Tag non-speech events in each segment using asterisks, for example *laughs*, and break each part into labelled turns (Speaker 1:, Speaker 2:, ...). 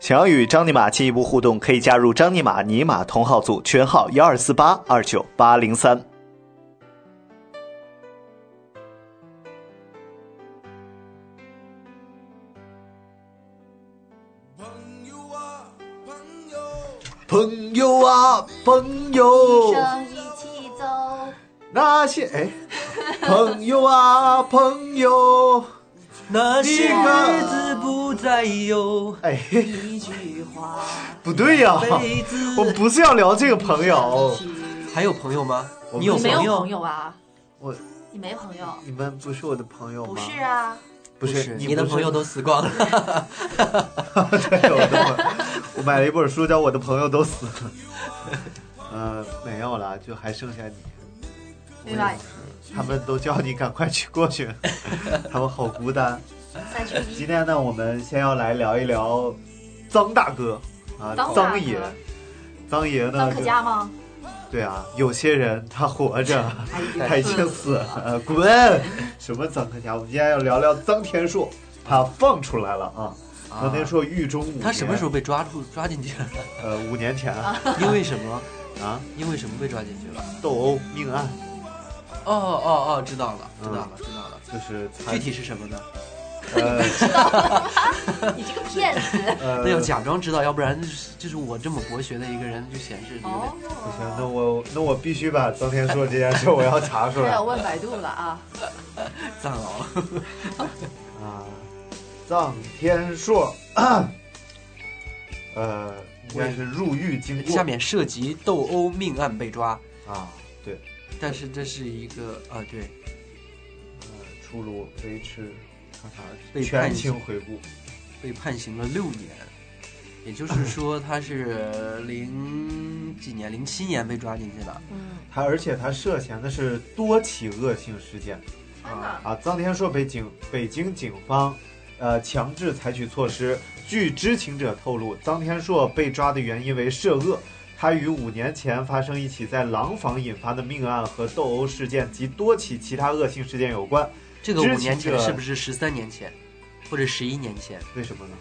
Speaker 1: 想要与张尼玛进一步互动，可以加入张尼玛尼玛同号组，全号幺二四八二九八零三。
Speaker 2: 朋友啊，朋友，
Speaker 1: 朋友啊，朋友
Speaker 3: 一，生一起走，
Speaker 1: 那些哎，朋友啊，朋友，
Speaker 4: 那
Speaker 1: 些
Speaker 4: 些
Speaker 1: 日
Speaker 4: 日子不再有，
Speaker 1: 哎，
Speaker 4: 一句话，
Speaker 1: 不对呀、
Speaker 4: 杯子。
Speaker 1: 我们不是要聊这个朋友，哦
Speaker 4: 还有朋友吗？
Speaker 1: 我
Speaker 4: 你有
Speaker 3: 你没
Speaker 4: 朋
Speaker 3: 有朋
Speaker 4: 友？
Speaker 3: 友啊？
Speaker 1: 我
Speaker 3: 你没朋友？
Speaker 1: 你们不是我的朋友吗？
Speaker 3: 不是啊，
Speaker 1: 不是，
Speaker 4: 是，
Speaker 1: 你
Speaker 4: 你的
Speaker 1: 不是
Speaker 4: 朋友都死光 *laughs* 了。
Speaker 1: 对，我的朋友， *laughs* 我买了一本书叫《我的朋友都死了》，呃，没有了，就还剩下你。我
Speaker 3: 对吧
Speaker 1: 也是，他们都叫你赶快去过 *laughs* 去，他们好孤单。
Speaker 3: 三缺
Speaker 1: 今
Speaker 3: 一。
Speaker 1: 天呢，我们先要来聊一聊张大哥啊，
Speaker 3: 张大哥
Speaker 1: 张爷，张爷呢
Speaker 3: 张克
Speaker 1: 就
Speaker 3: 家吗？
Speaker 1: 对啊，有些人他活 *laughs* 着，他已经死了，呃滚！什么臧克家？我们今天要聊聊臧天朔，他放出来了啊！臧天朔狱中五年，
Speaker 4: 他什么时候被抓 *laughs* 住抓进去了？
Speaker 1: 呃，五年前啊，
Speaker 4: 因为什么？因为什么被抓进去了？
Speaker 1: 斗殴命案，
Speaker 4: 哦哦哦，知道了，知道了，知道了。
Speaker 1: 就是他
Speaker 4: 具体是什么呢？
Speaker 1: 呃
Speaker 3: 你这个骗子！
Speaker 1: 呃，
Speaker 4: 那要假装知道，要不然就是就是我这么博学的一个人，就显示有 *laughs* 点
Speaker 1: 不行
Speaker 3: 哦，，
Speaker 1: 呃那我那我必须把臧天朔这件事我要查出
Speaker 3: *laughs* 他
Speaker 1: 来
Speaker 3: 要问百度了啊！
Speaker 4: 藏獒。
Speaker 1: 啊！臧天朔， *coughs* 呃，应该是入狱经过
Speaker 4: 下面涉及斗殴命案被抓，
Speaker 1: 啊，对，
Speaker 4: 但是这是一个啊，对，
Speaker 1: 呃，出炉维持看啥
Speaker 4: 被
Speaker 1: 全
Speaker 4: 判刑
Speaker 1: 情回顾，
Speaker 4: 被判刑了六年，也
Speaker 1: *laughs*
Speaker 4: 就是说他是零几年，零七年被抓进去的。
Speaker 3: 嗯，
Speaker 1: 他而且他涉嫌的是多起恶性事件。
Speaker 3: 天哪！
Speaker 1: 啊，臧天朔被警北京警方，呃，强制采取措施。据知情者透露，臧天朔被抓的原因为涉恶。他于五年前发生一起在廊坊引发的命案和斗殴事件及多起其他恶性事件有关。
Speaker 4: 这个
Speaker 1: 知
Speaker 4: 五
Speaker 1: 情
Speaker 4: 年前
Speaker 1: 者
Speaker 4: 是不是十三年前，或者十一年前？
Speaker 1: 为什么呢？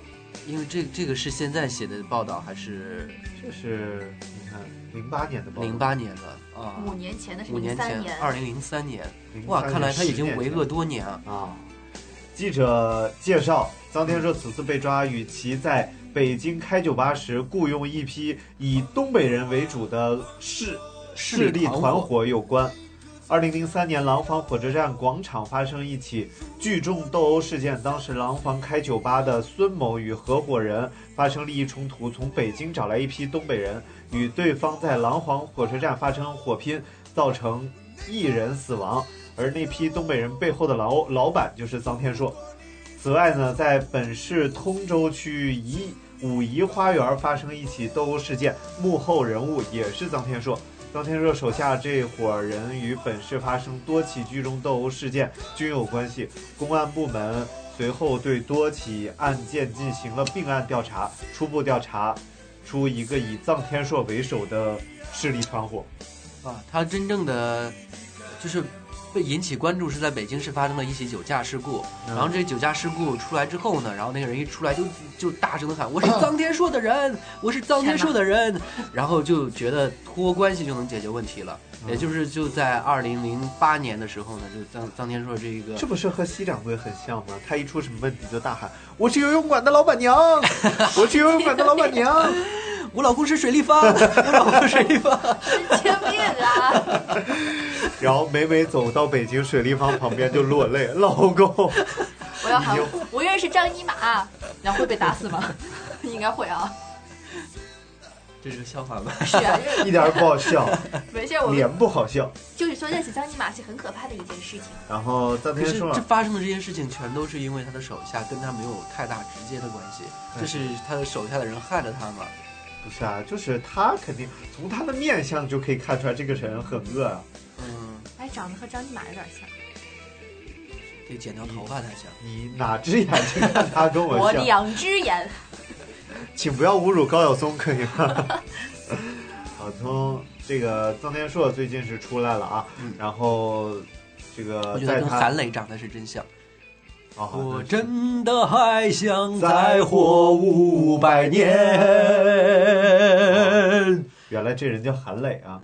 Speaker 4: 因为这这个是现在写的报道，还是
Speaker 1: 这是你看零八年的报道，
Speaker 4: 零八年的啊？
Speaker 3: 五年前的是
Speaker 4: 五
Speaker 3: 零
Speaker 4: 年
Speaker 3: 三
Speaker 4: 前
Speaker 3: 年，，
Speaker 4: 二零零三年。
Speaker 1: 03
Speaker 4: 哇，看来他已
Speaker 1: 年
Speaker 4: 经为恶多年啊。
Speaker 1: 啊。记者介绍，臧天朔此次被抓，与其在北京开酒吧时雇佣一批以东北人为主的势势
Speaker 4: 势
Speaker 1: 力
Speaker 4: 力
Speaker 1: 团
Speaker 4: 团
Speaker 1: 伙有关。二零零三年，廊坊火车站广场发生一起聚众斗殴事件，当时廊坊开酒吧的孙某与合伙人发生利益冲突，从北京找来一批东北人，与对方在廊坊火车站发生火拼，造成一人死亡。而那批东北人背后的老老板就是臧天朔。此外呢，在本市通州区一五怡花园发生一起斗殴事件，幕后人物也是臧天朔。臧天朔手下这伙人与本市发生多起聚众斗殴事件均有关系。公安部门随后对多起案件进行了并案调查，初步调查出一个以臧天朔为首的势力团伙。
Speaker 4: 啊，他真正的就是被引起关注是在北京市发生了一起酒驾事故，
Speaker 1: 嗯
Speaker 4: 然后这酒驾事故出来之后呢，然后那个人一出来就就大声的喊：“我是臧天朔的人，我是臧嗯天朔的人。”然后就觉得托关系就能解决问题了，
Speaker 1: 嗯
Speaker 4: 也就是就在二零零八年的时候呢，就臧臧天朔这一个
Speaker 1: 这不是和西掌柜很像吗？他一出什么问题就大喊：“我是游泳馆的老板娘， *laughs* 我是游泳馆的老板娘。
Speaker 4: 我老公是水立方， *laughs* 我老公是水立方，
Speaker 3: 神经病啊！”
Speaker 1: 然后每每走到北京水立方旁边就落泪，老公，
Speaker 3: 我要喊我认识张一马，啊然后会被打死吗？应该会啊。
Speaker 4: 这是个笑话吧？
Speaker 3: 是啊，
Speaker 1: 一点儿不好
Speaker 4: *laughs*
Speaker 1: 笑，
Speaker 3: 没事，我
Speaker 1: 脸不好笑。
Speaker 3: 就是说认识张一马是很可怕的一件事情。
Speaker 1: 然后臧
Speaker 4: 可
Speaker 1: 天啊
Speaker 4: 是
Speaker 1: 朔
Speaker 4: 这发生的这件事情，全都是因为他的手下跟他没有太大直接的关系，这是他的手下的人害了他嘛？
Speaker 1: 不是啊，就是他肯定从他的面相就可以看出来这个人很恶啊。
Speaker 4: 嗯，
Speaker 3: 哎，长得和张一马有点像。
Speaker 4: 得剪掉头发才行。
Speaker 1: 你哪只眼睛看他跟我
Speaker 3: 我
Speaker 1: 像？
Speaker 3: 两只 *laughs* 眼，
Speaker 1: 请不要侮辱高晓松，可以吗？ *laughs* 好，从这个臧天朔最近是出来了啊，
Speaker 4: 嗯
Speaker 1: 然后这个
Speaker 4: 我觉得
Speaker 1: 呃在
Speaker 4: 跟
Speaker 1: 他
Speaker 4: 韩磊长得是真像，
Speaker 1: 啊，
Speaker 4: 我
Speaker 1: 对
Speaker 4: 哦真的还想再活五百年。
Speaker 1: 原来这人叫韩磊
Speaker 4: *laughs*
Speaker 1: 啊。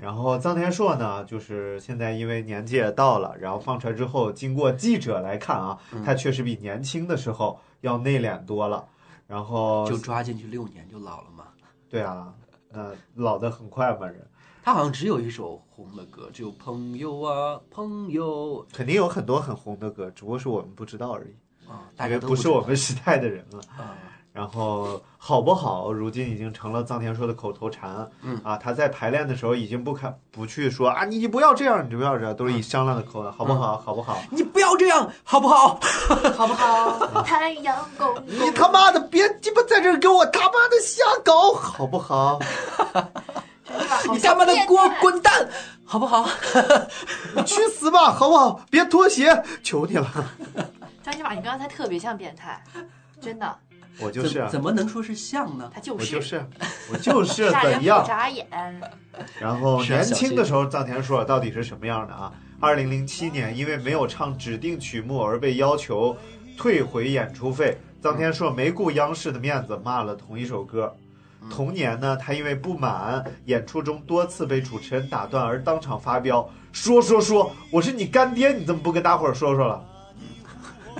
Speaker 1: 然后臧天朔呢，就是现在因为年纪也到了，然后放出来之后，经过记者来看啊，
Speaker 4: 嗯
Speaker 1: 他确实比年轻的时候要内敛多了。然后
Speaker 4: 就抓进去六年就老了嘛。
Speaker 1: 对啊，那老得很快嘛，人
Speaker 4: 他好像只有一首红的歌，只有《朋友啊朋友
Speaker 1: 肯定有很多很红的歌，只不过是我们不知道而已，》
Speaker 4: 啊，大
Speaker 1: 因
Speaker 4: 家
Speaker 1: 为
Speaker 4: 都
Speaker 1: 不
Speaker 4: 知
Speaker 1: 是
Speaker 4: 道
Speaker 1: 我们时代的人了。
Speaker 4: 啊，
Speaker 1: 然后好不好，如今已经成了臧天朔的口头禅。
Speaker 4: 嗯
Speaker 1: 啊，他在排练的时候已经不看不去说啊，你不要这样，你不要这样，都是以商量的口吻，好不好，好不好？
Speaker 4: 你不要这样好不好？
Speaker 3: 好不 *laughs* 好？太阳公公，
Speaker 1: 你他妈的别鸡巴在这儿给我他妈的瞎搞，好不好？
Speaker 3: 真的啊好
Speaker 4: 你他妈的
Speaker 3: 变态
Speaker 4: 给我滚蛋好不好？ *laughs*
Speaker 1: 你 *laughs* 去死吧，好不好？别脱鞋，求你了。
Speaker 3: 张金马，你刚才特别像变态，真的，
Speaker 1: 我就是啊
Speaker 4: 怎，怎么能说是像呢？
Speaker 3: 他就
Speaker 1: 我
Speaker 3: 是
Speaker 1: 就是，啊我就是
Speaker 3: 吓人
Speaker 1: 怎
Speaker 3: 不
Speaker 1: 样？
Speaker 3: 眨眼，
Speaker 1: 然后
Speaker 4: 是啊
Speaker 1: 年
Speaker 4: 小
Speaker 1: 轻
Speaker 4: 心
Speaker 1: 的时候，臧田朔到底是什么样的啊？二零零七年，因为没有唱指定曲目而被要求退回演出费，臧
Speaker 4: 嗯
Speaker 1: 田朔没顾央视的面子，骂了同一首歌。
Speaker 4: 嗯
Speaker 1: 同年呢，他因为不满演出中多次被主持人打断而当场发飙，说说说我是你干爹，你怎么不跟大伙儿说说了？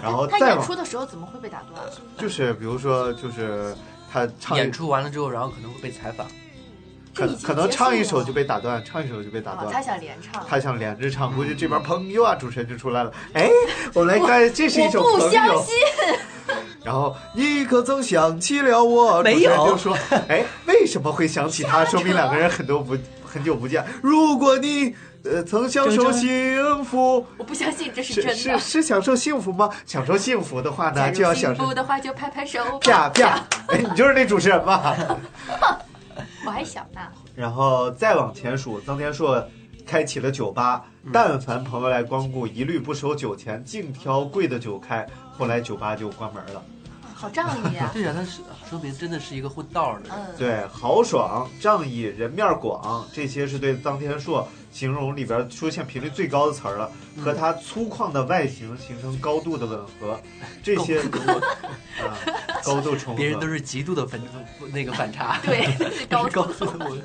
Speaker 1: 然后
Speaker 3: 他
Speaker 1: 再
Speaker 3: 演
Speaker 1: 往
Speaker 3: 出的时候怎么会被打断？啊
Speaker 1: 就是比如说就是他唱一
Speaker 4: 演出完了之后，然后可能会被采访。
Speaker 3: 这
Speaker 1: 可
Speaker 3: 已经
Speaker 1: 可能
Speaker 3: 结束
Speaker 1: 唱一首
Speaker 3: 了
Speaker 1: 就被打断，唱一首就被打
Speaker 3: 啊
Speaker 1: 断，，
Speaker 3: 他想连唱，
Speaker 1: 他想连着唱，估计这边朋友啊，主持人就出来了。哎，我来看，这是一首
Speaker 3: 我不
Speaker 1: 朋
Speaker 3: 相
Speaker 1: 友。
Speaker 3: 信，
Speaker 1: 然后你可曾想起了我？
Speaker 4: 没
Speaker 1: 主持人
Speaker 4: 有
Speaker 1: 就说，哎，为什么会想起他？说明两个人很多不很久不见。如果你呃曾享受
Speaker 4: 真
Speaker 1: 幸福，
Speaker 3: *laughs* 我不相信这是
Speaker 1: 是
Speaker 3: 真
Speaker 1: 是
Speaker 3: 的。
Speaker 1: 是享受幸福吗？享受幸福的话
Speaker 3: 假
Speaker 1: 呢，
Speaker 3: 如
Speaker 1: 就要享
Speaker 3: 幸
Speaker 1: 受
Speaker 3: 福的话就拍拍手吧。
Speaker 1: 啪啪。哎，你就是那主持人吧？
Speaker 3: 我还小呢，
Speaker 1: 然后再往前数，臧天朔开启了酒吧，但凡朋友来光顾，一律不收酒钱，净挑贵的酒开。后来酒吧就关门了。
Speaker 3: 好仗义
Speaker 1: *laughs*
Speaker 3: 啊。
Speaker 4: 对呀、他是说明真的是一个混道儿的人。
Speaker 3: 嗯，
Speaker 1: 对，豪爽、仗义、人面广，这些是对臧天朔形容里边出现频率最高的词儿了，和他粗犷的外形形成高度的吻合。这些如果 *laughs* 啊，高度重合，
Speaker 4: 别人都是极度的反那个反差， *laughs*
Speaker 1: *laughs*
Speaker 3: 对，是高
Speaker 4: 高
Speaker 3: 中
Speaker 4: 诉我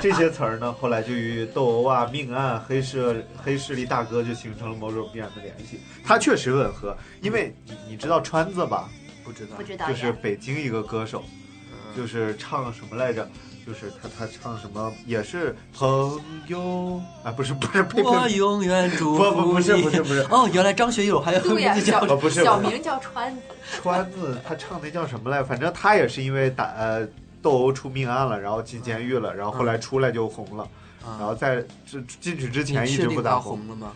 Speaker 1: 这些词儿呢，后来就与斗殴啊、命案、黑势黑势力大哥就形成了某种必然的联系。它确实吻合，因为你你知道川子吧，
Speaker 4: 不知道
Speaker 3: 不，知道呀，
Speaker 1: 就是北京一个歌手，
Speaker 4: 嗯
Speaker 1: 就是唱什么来着？就是他他唱什么也是朋友啊，不是不是呸
Speaker 4: 我
Speaker 1: 呸，
Speaker 4: 永远祝
Speaker 1: 不
Speaker 4: 福你。
Speaker 1: 不不是不是不是
Speaker 4: 哦，原来张学友还有个
Speaker 3: 对呀
Speaker 4: 名字叫
Speaker 1: 哦 *laughs* 不是
Speaker 3: 小
Speaker 1: 不是
Speaker 3: 名叫川子，
Speaker 1: 川子，他唱那叫什么来？反正他也是因为打呃斗殴出命案了，然后进监狱
Speaker 3: 嗯
Speaker 1: 了，然后后来出来就红了，然
Speaker 4: 啊，
Speaker 1: 后在进进去
Speaker 4: 你
Speaker 1: 之前一
Speaker 4: 确
Speaker 1: 直
Speaker 4: 定
Speaker 1: 不
Speaker 4: 他
Speaker 1: 大红，
Speaker 4: 红了吗？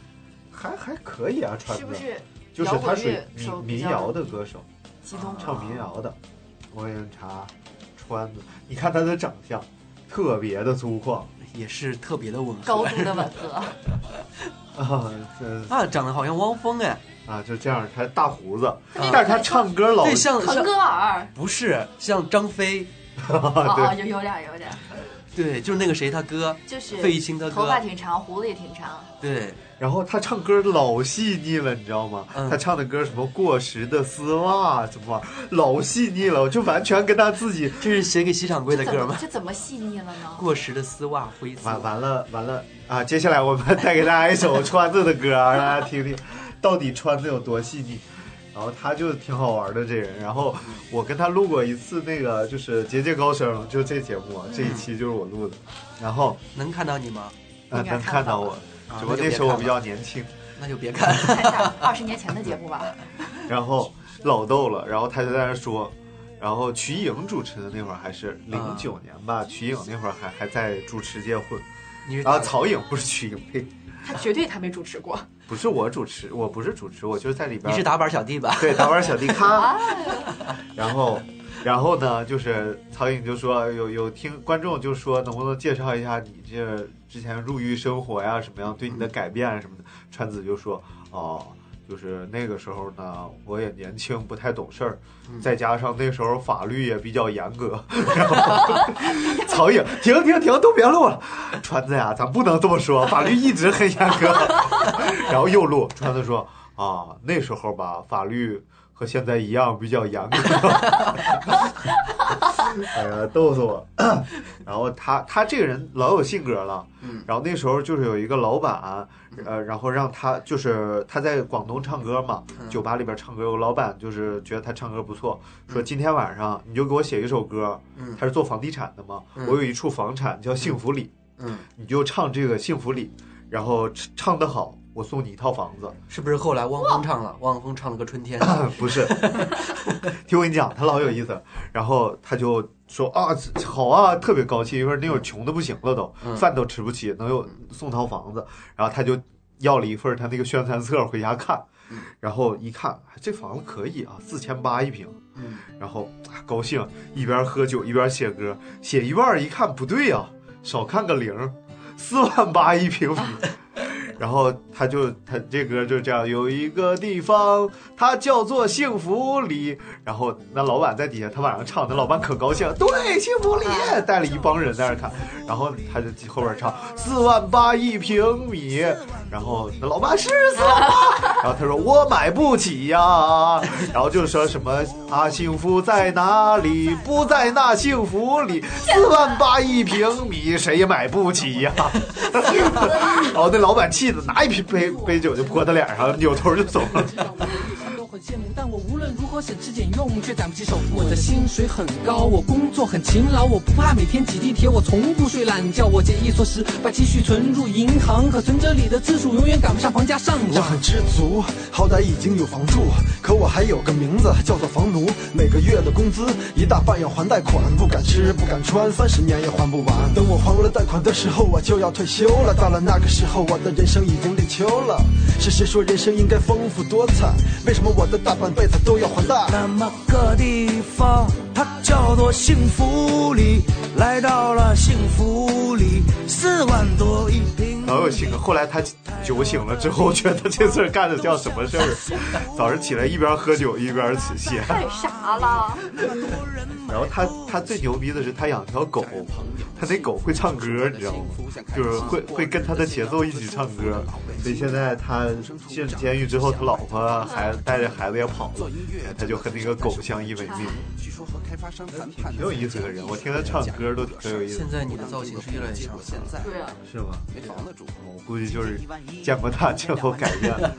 Speaker 1: 还还可以啊，川
Speaker 3: 是
Speaker 1: 子
Speaker 3: 不。是
Speaker 1: 就是他属于
Speaker 3: 摇滚乐手
Speaker 1: 民
Speaker 3: 比
Speaker 1: 民
Speaker 3: 较嗯
Speaker 1: 谣的啊歌手，
Speaker 3: 激动
Speaker 1: 唱民谣的。我给你查，川子，你看他的长相，特别的粗犷 *laughs*
Speaker 4: 也是特别的吻合
Speaker 3: 高度的吻合？
Speaker 1: 啊，这
Speaker 4: 啊，长得好像汪峰哎，
Speaker 1: 啊就这样，他大胡子，
Speaker 4: 啊
Speaker 1: 但是他唱歌老
Speaker 4: 对，像
Speaker 3: 腾
Speaker 4: 像
Speaker 3: 格
Speaker 1: *laughs*
Speaker 3: 尔，
Speaker 4: 不是像张飞，
Speaker 3: 哦哦，
Speaker 1: 啊对，
Speaker 3: 有有点有点，
Speaker 4: 对，就是那个谁他哥，
Speaker 3: 就是
Speaker 4: 费玉清他
Speaker 3: 头发
Speaker 4: 哥，
Speaker 3: 挺长，胡子也挺长，
Speaker 4: 对，
Speaker 1: 然后他唱歌老细腻了，你知道吗？
Speaker 4: 嗯
Speaker 1: 他唱的歌什么过时的丝袜什么玩意儿，老细腻了，我就完全跟他自己
Speaker 4: 这是写给西掌柜的
Speaker 3: 这
Speaker 4: 歌
Speaker 3: 怎么
Speaker 4: 吗？ *laughs*
Speaker 3: 这怎么细腻了呢？
Speaker 4: 过时的丝袜灰色
Speaker 1: 完完了完了啊！接下来我们带给大家一首川子的歌，让大家听听到底川子有多细腻。然后他就挺好玩的这人，然后我跟他录过一次那个就是《节节高升》，就这节目这一期就是我录的，然后
Speaker 4: 能看到你吗？
Speaker 1: 呃
Speaker 3: 应该
Speaker 1: 能
Speaker 3: 看
Speaker 1: 看
Speaker 3: 到
Speaker 1: 到我，
Speaker 4: 啊
Speaker 1: 只不过
Speaker 4: 那就
Speaker 1: 那
Speaker 4: 别
Speaker 1: 时候我
Speaker 4: 看
Speaker 1: 比
Speaker 4: 了
Speaker 1: 较年轻，
Speaker 4: 那就别看了。
Speaker 3: 看一下二十年前的节目吧，
Speaker 1: 然后老逗了，然后他就在那说，然后瞿颖主持的那会儿还是零九年吧，瞿颖那会儿还还在主持界混，
Speaker 4: 你是
Speaker 1: 啊曹颖不是瞿颖，呸，
Speaker 3: 他绝对他没主持
Speaker 1: *laughs*
Speaker 3: 过。
Speaker 1: 不是我主持，我不是主持，我就是在里边
Speaker 4: 你是打板小弟吧？
Speaker 1: 对，打碗小弟咔， *laughs* 然后，然后呢，就是曹颖就说有有听观众就说能不能介绍一下你这之前入狱生活呀，什么样对你的改变啊什么的。川子就说哦，就是那个时候呢，我也年轻，不太懂事儿，再加上那时候法律也比较严格。 *laughs* 然后曹颖，停停停，都别录了， *laughs* 川子呀，咱不能这么说，法律一直很严格。然后又录，川子说。啊，那时候吧，法律和现在一样比较严格。 *laughs* 哎呀，逗死我！ *clears throat* 然后他他这个人老有性格了，
Speaker 4: 嗯
Speaker 1: 然后那时候就是有一个老板，呃，然后让他就是他在广东唱歌嘛，
Speaker 4: 嗯
Speaker 1: 酒吧里边唱歌，有个老板就是觉得他唱歌不错，说今天晚上你就给我写一首歌，
Speaker 4: 嗯
Speaker 1: 他是做房地产的嘛，
Speaker 4: 嗯
Speaker 1: 我有一处房产叫幸福里，
Speaker 4: 嗯，
Speaker 1: 你就唱这个幸福里，然后唱唱得好，我送你一套房子。
Speaker 4: 是不是后来汪峰唱了？汪峰唱了个春
Speaker 1: *coughs*
Speaker 4: 天，
Speaker 1: *laughs* 不
Speaker 4: *laughs*
Speaker 1: 是，听我跟你讲，他老有意思。然后他就说啊，好啊，特别高兴，因为那会儿穷的不行了都，
Speaker 4: 嗯
Speaker 1: 饭都吃不起，能有送套房子。然后他就要了一份他那个宣传册回家看
Speaker 4: 嗯，
Speaker 1: 然后一看哎这房子可以啊，四千八一平。
Speaker 4: 嗯
Speaker 1: 然后啊高兴，一边喝酒一边写歌，写一半儿一看不对呀、少看个零儿，四万八一平米。 *laughs* 然后他就他这歌就这样，有一个地方，它叫做幸福里。然后那老板在底下，他晚上唱，那老板可高兴，对，幸福里带了一帮人在那儿看。然后他就后边唱四万八一平米，然后那老板是四万八，然后他说我买不起呀、然后就说什么啊幸福在哪里？不在那幸福里，四万八一平米谁也买不起呀、然后那老板气的拿一瓶杯杯酒就泼他脸上，扭头就走了。
Speaker 5: 都很羡慕，但我无论如何省吃俭用，却攒不起首付。我的薪水很高，我工作很勤劳，我不怕每天挤地铁，我从不睡懒觉。我节衣缩食，把积蓄存入银行，可存折里的次数永远赶不上房价上
Speaker 6: 我
Speaker 5: 涨。
Speaker 6: 很知足，好歹已经有房住，可我还有个名字叫做房奴。每个月的工资一大半要还贷款，不敢吃不敢穿，三十年也还不完。等我还完了贷款的时候，我就要退休了。到了那个时候，我的人生已经立秋了。是谁说人生应该丰富多彩？为什么我的大半辈子都要还贷？
Speaker 7: 那么个地方，它叫做幸福里。来到了幸福里，四万多一平。
Speaker 1: 老有性格。后来他酒醒了之后，觉得这事儿干的叫什么事儿？早上起来一边喝酒一边写。
Speaker 3: 太傻
Speaker 1: *laughs*
Speaker 3: 了，
Speaker 1: 然后他他最牛逼的是他养条狗，他那狗会唱歌，你知道吗？就是会会跟他的节奏一起唱歌。所以现在他进监狱之后，他老婆还带着孩子也跑了，他就和那个狗相依为命。挺有意思的人，我听他唱歌都挺有意思
Speaker 4: 现，在你的造型是越来越像现在。
Speaker 3: 对啊，
Speaker 1: 是吗？
Speaker 7: 房子住，
Speaker 1: 我估计就是见过他之后改变了。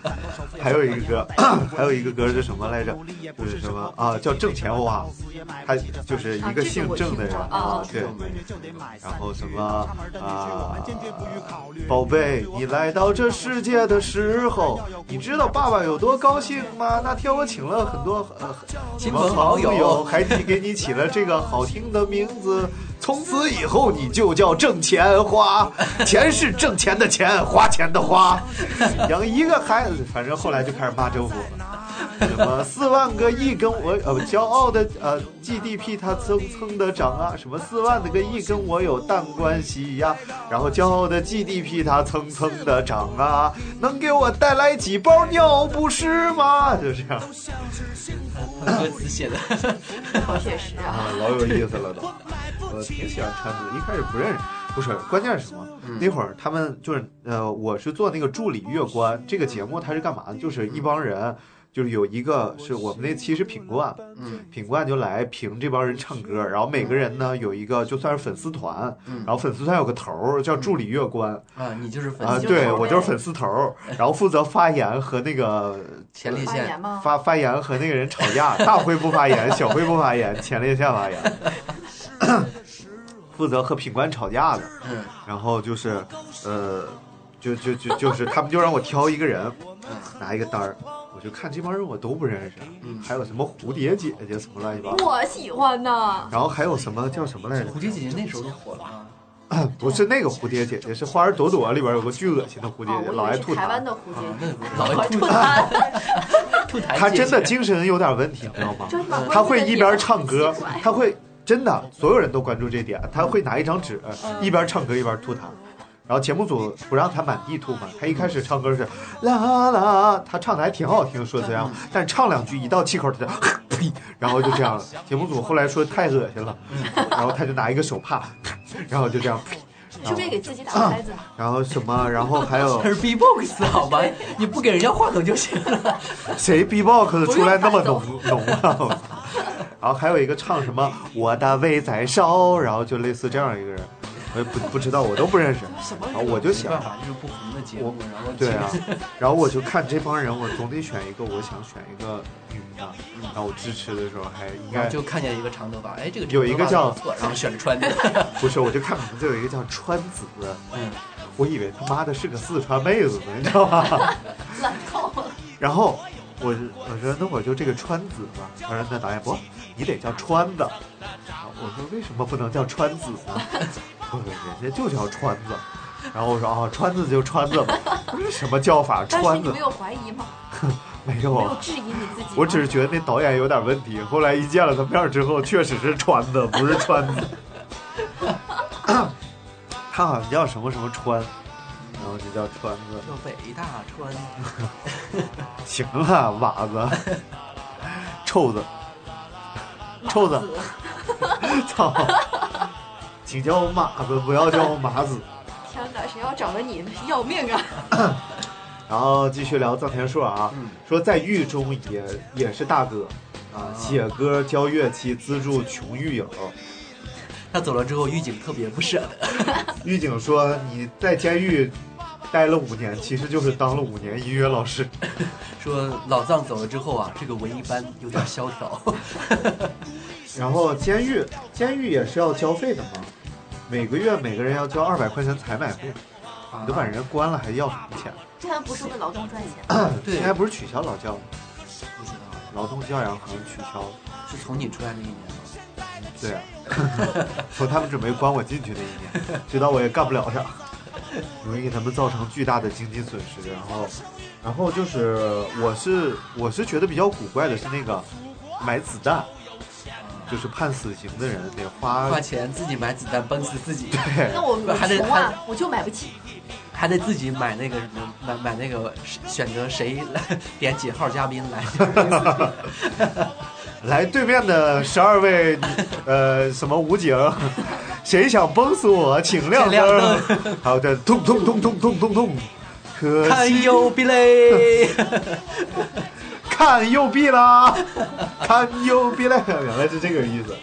Speaker 1: 还有一个歌，还有一个歌是什么来着？就是什么啊，叫挣钱花，他就是一个姓郑的人
Speaker 3: 啊
Speaker 1: 对。然后什么啊，宝贝，你来到这世界的时候，你知道爸爸有多高兴吗？那天我请了很多呃
Speaker 4: 亲朋好友
Speaker 1: 什么还给给你起了这个好听的名字。从此以后，你就叫挣钱花，钱是挣钱的钱，花钱
Speaker 4: *laughs*
Speaker 1: 的花。养一个孩子，反正后来就开始骂政府了。什么 *laughs* 四万个亿跟我呃不骄傲的呃 GDP 它蹭蹭的涨啊，什么四万的个亿跟我有淡关系呀、然后骄傲的 GDP 它蹭蹭的涨啊，能给我带来几包尿不湿吗？就这样。
Speaker 4: 歌词写
Speaker 1: *laughs*
Speaker 4: 的，
Speaker 3: 好写实啊。
Speaker 1: 啊， *laughs* 老有意思了都。我挺喜欢川字，一开始不认识，不是，关键是什么？
Speaker 4: 嗯
Speaker 1: 那会儿他们就是呃，我是做那个助理月官这个节目，它是干嘛的？就是一帮人。就是有一个是我们那期是品冠，
Speaker 4: 嗯
Speaker 1: 品冠就来评这帮人唱歌，然后每个人呢有一个就算是粉丝团，
Speaker 4: 嗯
Speaker 1: 然后粉丝团有个头儿叫助理月官
Speaker 4: 啊，你就是粉
Speaker 1: 啊，
Speaker 4: 丝哎
Speaker 1: 对
Speaker 3: 头儿
Speaker 1: 我就是粉丝头儿，然后负责发言和那个
Speaker 4: 前列
Speaker 3: 发
Speaker 4: 腺
Speaker 3: 言，吗？
Speaker 1: 发发言和那个人吵架， *laughs* 大灰不发言，小灰不发言，前列腺发言， *coughs* 负责和品官吵架的。
Speaker 4: 嗯
Speaker 1: 然后就是，呃，就就就就是他们就让我挑一个人，拿一个单儿，我就看这帮人我都不认识，
Speaker 4: 嗯
Speaker 1: 还有什么蝴蝶姐姐什么乱七八糟，
Speaker 3: 我喜欢呢，
Speaker 1: 然后还有什么叫什么来着？
Speaker 4: 蝴蝶姐姐那时候都火了
Speaker 1: *laughs*
Speaker 4: 啊。
Speaker 1: 不是那个蝴蝶姐姐，是《花儿朵朵》里边有个巨恶心的蝴蝶
Speaker 3: 哦
Speaker 1: 姐，，老
Speaker 3: 我以
Speaker 1: 爱
Speaker 3: 为
Speaker 1: 吐
Speaker 3: 是台
Speaker 1: 痰
Speaker 3: 湾，的蝴
Speaker 4: 啊，
Speaker 3: 蝶
Speaker 4: 那
Speaker 3: 结，
Speaker 4: 老爱吐
Speaker 3: 吐
Speaker 4: 痰，
Speaker 3: 痰，
Speaker 4: 吐痰。
Speaker 1: 她真的精神有点问题，你知道吗？
Speaker 3: 真的吗
Speaker 1: 他会一边唱
Speaker 3: 我
Speaker 1: 歌啊
Speaker 3: 以为是点，
Speaker 1: 他会真的，所有人都关注这点。他会拿一张纸，一边唱歌一边吐痰。然后节目组不让他满地吐嘛，他一开始唱歌是啦啦，他唱的还挺好听，说实话，但是唱两句一到气口他就呸，然后就这嗯样了。节目组后来说太恶心了，然后他就拿一个手帕，然后就这样呸，
Speaker 3: 是不是也给自己打个
Speaker 1: *laughs*
Speaker 3: 拍子？
Speaker 1: 然后什么，然后还有
Speaker 4: 它是 B-box 好吧？你不给人家话筒就行了。
Speaker 1: 谁 B-box 出来那么浓浓啊？ *laughs* 我操然后还有一个唱什么“我的胃在烧”，然后就类似这样一个人，我也不不知道，我都不认识。
Speaker 4: 什么
Speaker 1: 啊我
Speaker 4: *laughs*
Speaker 1: 就想
Speaker 4: 没办法，就是不红的节目，然后
Speaker 1: 对啊，然后我就看这帮人，我总得选一个，我想选一个女的。然后我支持的时候还应
Speaker 4: 然
Speaker 1: 该
Speaker 4: 后就看见一个长头发，哎，这个
Speaker 1: 有一个
Speaker 4: 长头发不错，然后选着
Speaker 1: *laughs*
Speaker 4: 穿的，
Speaker 1: 不是，我就看名字有一个叫川子，
Speaker 4: 嗯，
Speaker 1: 我以为他妈的是个四川妹子呢，你知道吗？
Speaker 3: 懒扣，
Speaker 1: 然后我是我说那我就这个川子吧，他说那导演不，你得叫川子。然后我说为什么不能叫川子呢？不不，人家就叫川子。然后我说啊，川子就川子吧，不是什么叫法，
Speaker 3: 当时
Speaker 1: 川
Speaker 3: 你
Speaker 1: 子
Speaker 3: 没有怀疑吗？
Speaker 1: 没有
Speaker 3: 没
Speaker 1: 啊
Speaker 3: 有。质疑你自己吗？
Speaker 1: 我只是觉得那导演有点问题。后来一见了他面儿之后，确实是川子，不是川子。 *laughs* 他好像叫什么什么川，然后就叫川子。
Speaker 4: 叫北大川，
Speaker 1: 行了，瓦子， *laughs* 臭子，臭子，操！请叫我马子，不要叫我马子。
Speaker 3: 天哪，谁要找了你要命啊！
Speaker 1: 然后继续聊臧田硕啊，
Speaker 4: 嗯
Speaker 1: 说在狱中也也是大哥啊，写歌、教乐器、资助穷狱友。
Speaker 4: 他走了之后，狱警特别不舍得，
Speaker 1: 狱警说：“你在监狱待了五年，其实就是当了五年音乐老师。
Speaker 4: 说老臧走了之后啊，这个文艺班有点萧条，
Speaker 1: 然后监狱，监狱也是要交费的嘛，每个月每个人要交二百块钱采买费。你都把人关了，还要什么钱？
Speaker 3: 这还不是为劳动赚钱？
Speaker 4: 对
Speaker 1: 现在不是取消劳教吗，
Speaker 4: 不知道
Speaker 1: 劳动教养好像取消了。
Speaker 4: 是从你出来那一年吗？
Speaker 1: 对啊，从他们准备关我进去那一年，知道我也干不了啥，容易给他们造成巨大的经济损失。然后，然后就是我是我是觉得比较古怪的是那个买子弹，就是判死刑的人得花
Speaker 4: 花钱自己买子弹崩死自己， *laughs*
Speaker 1: 对
Speaker 3: 那我我
Speaker 4: 还得
Speaker 3: 穷
Speaker 4: 还
Speaker 3: 啊，我就买不起。
Speaker 4: 还得自己买那个什么，买买那个选择谁来点几号嘉宾来，
Speaker 1: 来对面的十二位女，呃，什么武警，
Speaker 4: *laughs*
Speaker 1: 谁想崩死我，请亮
Speaker 4: 请亮
Speaker 1: 灯。好的，痛痛痛痛痛痛痛。可
Speaker 4: 看
Speaker 1: 惜
Speaker 4: 有避 *laughs* 雷，
Speaker 1: 看右臂啦，看右臂嘞，原来是这个意思。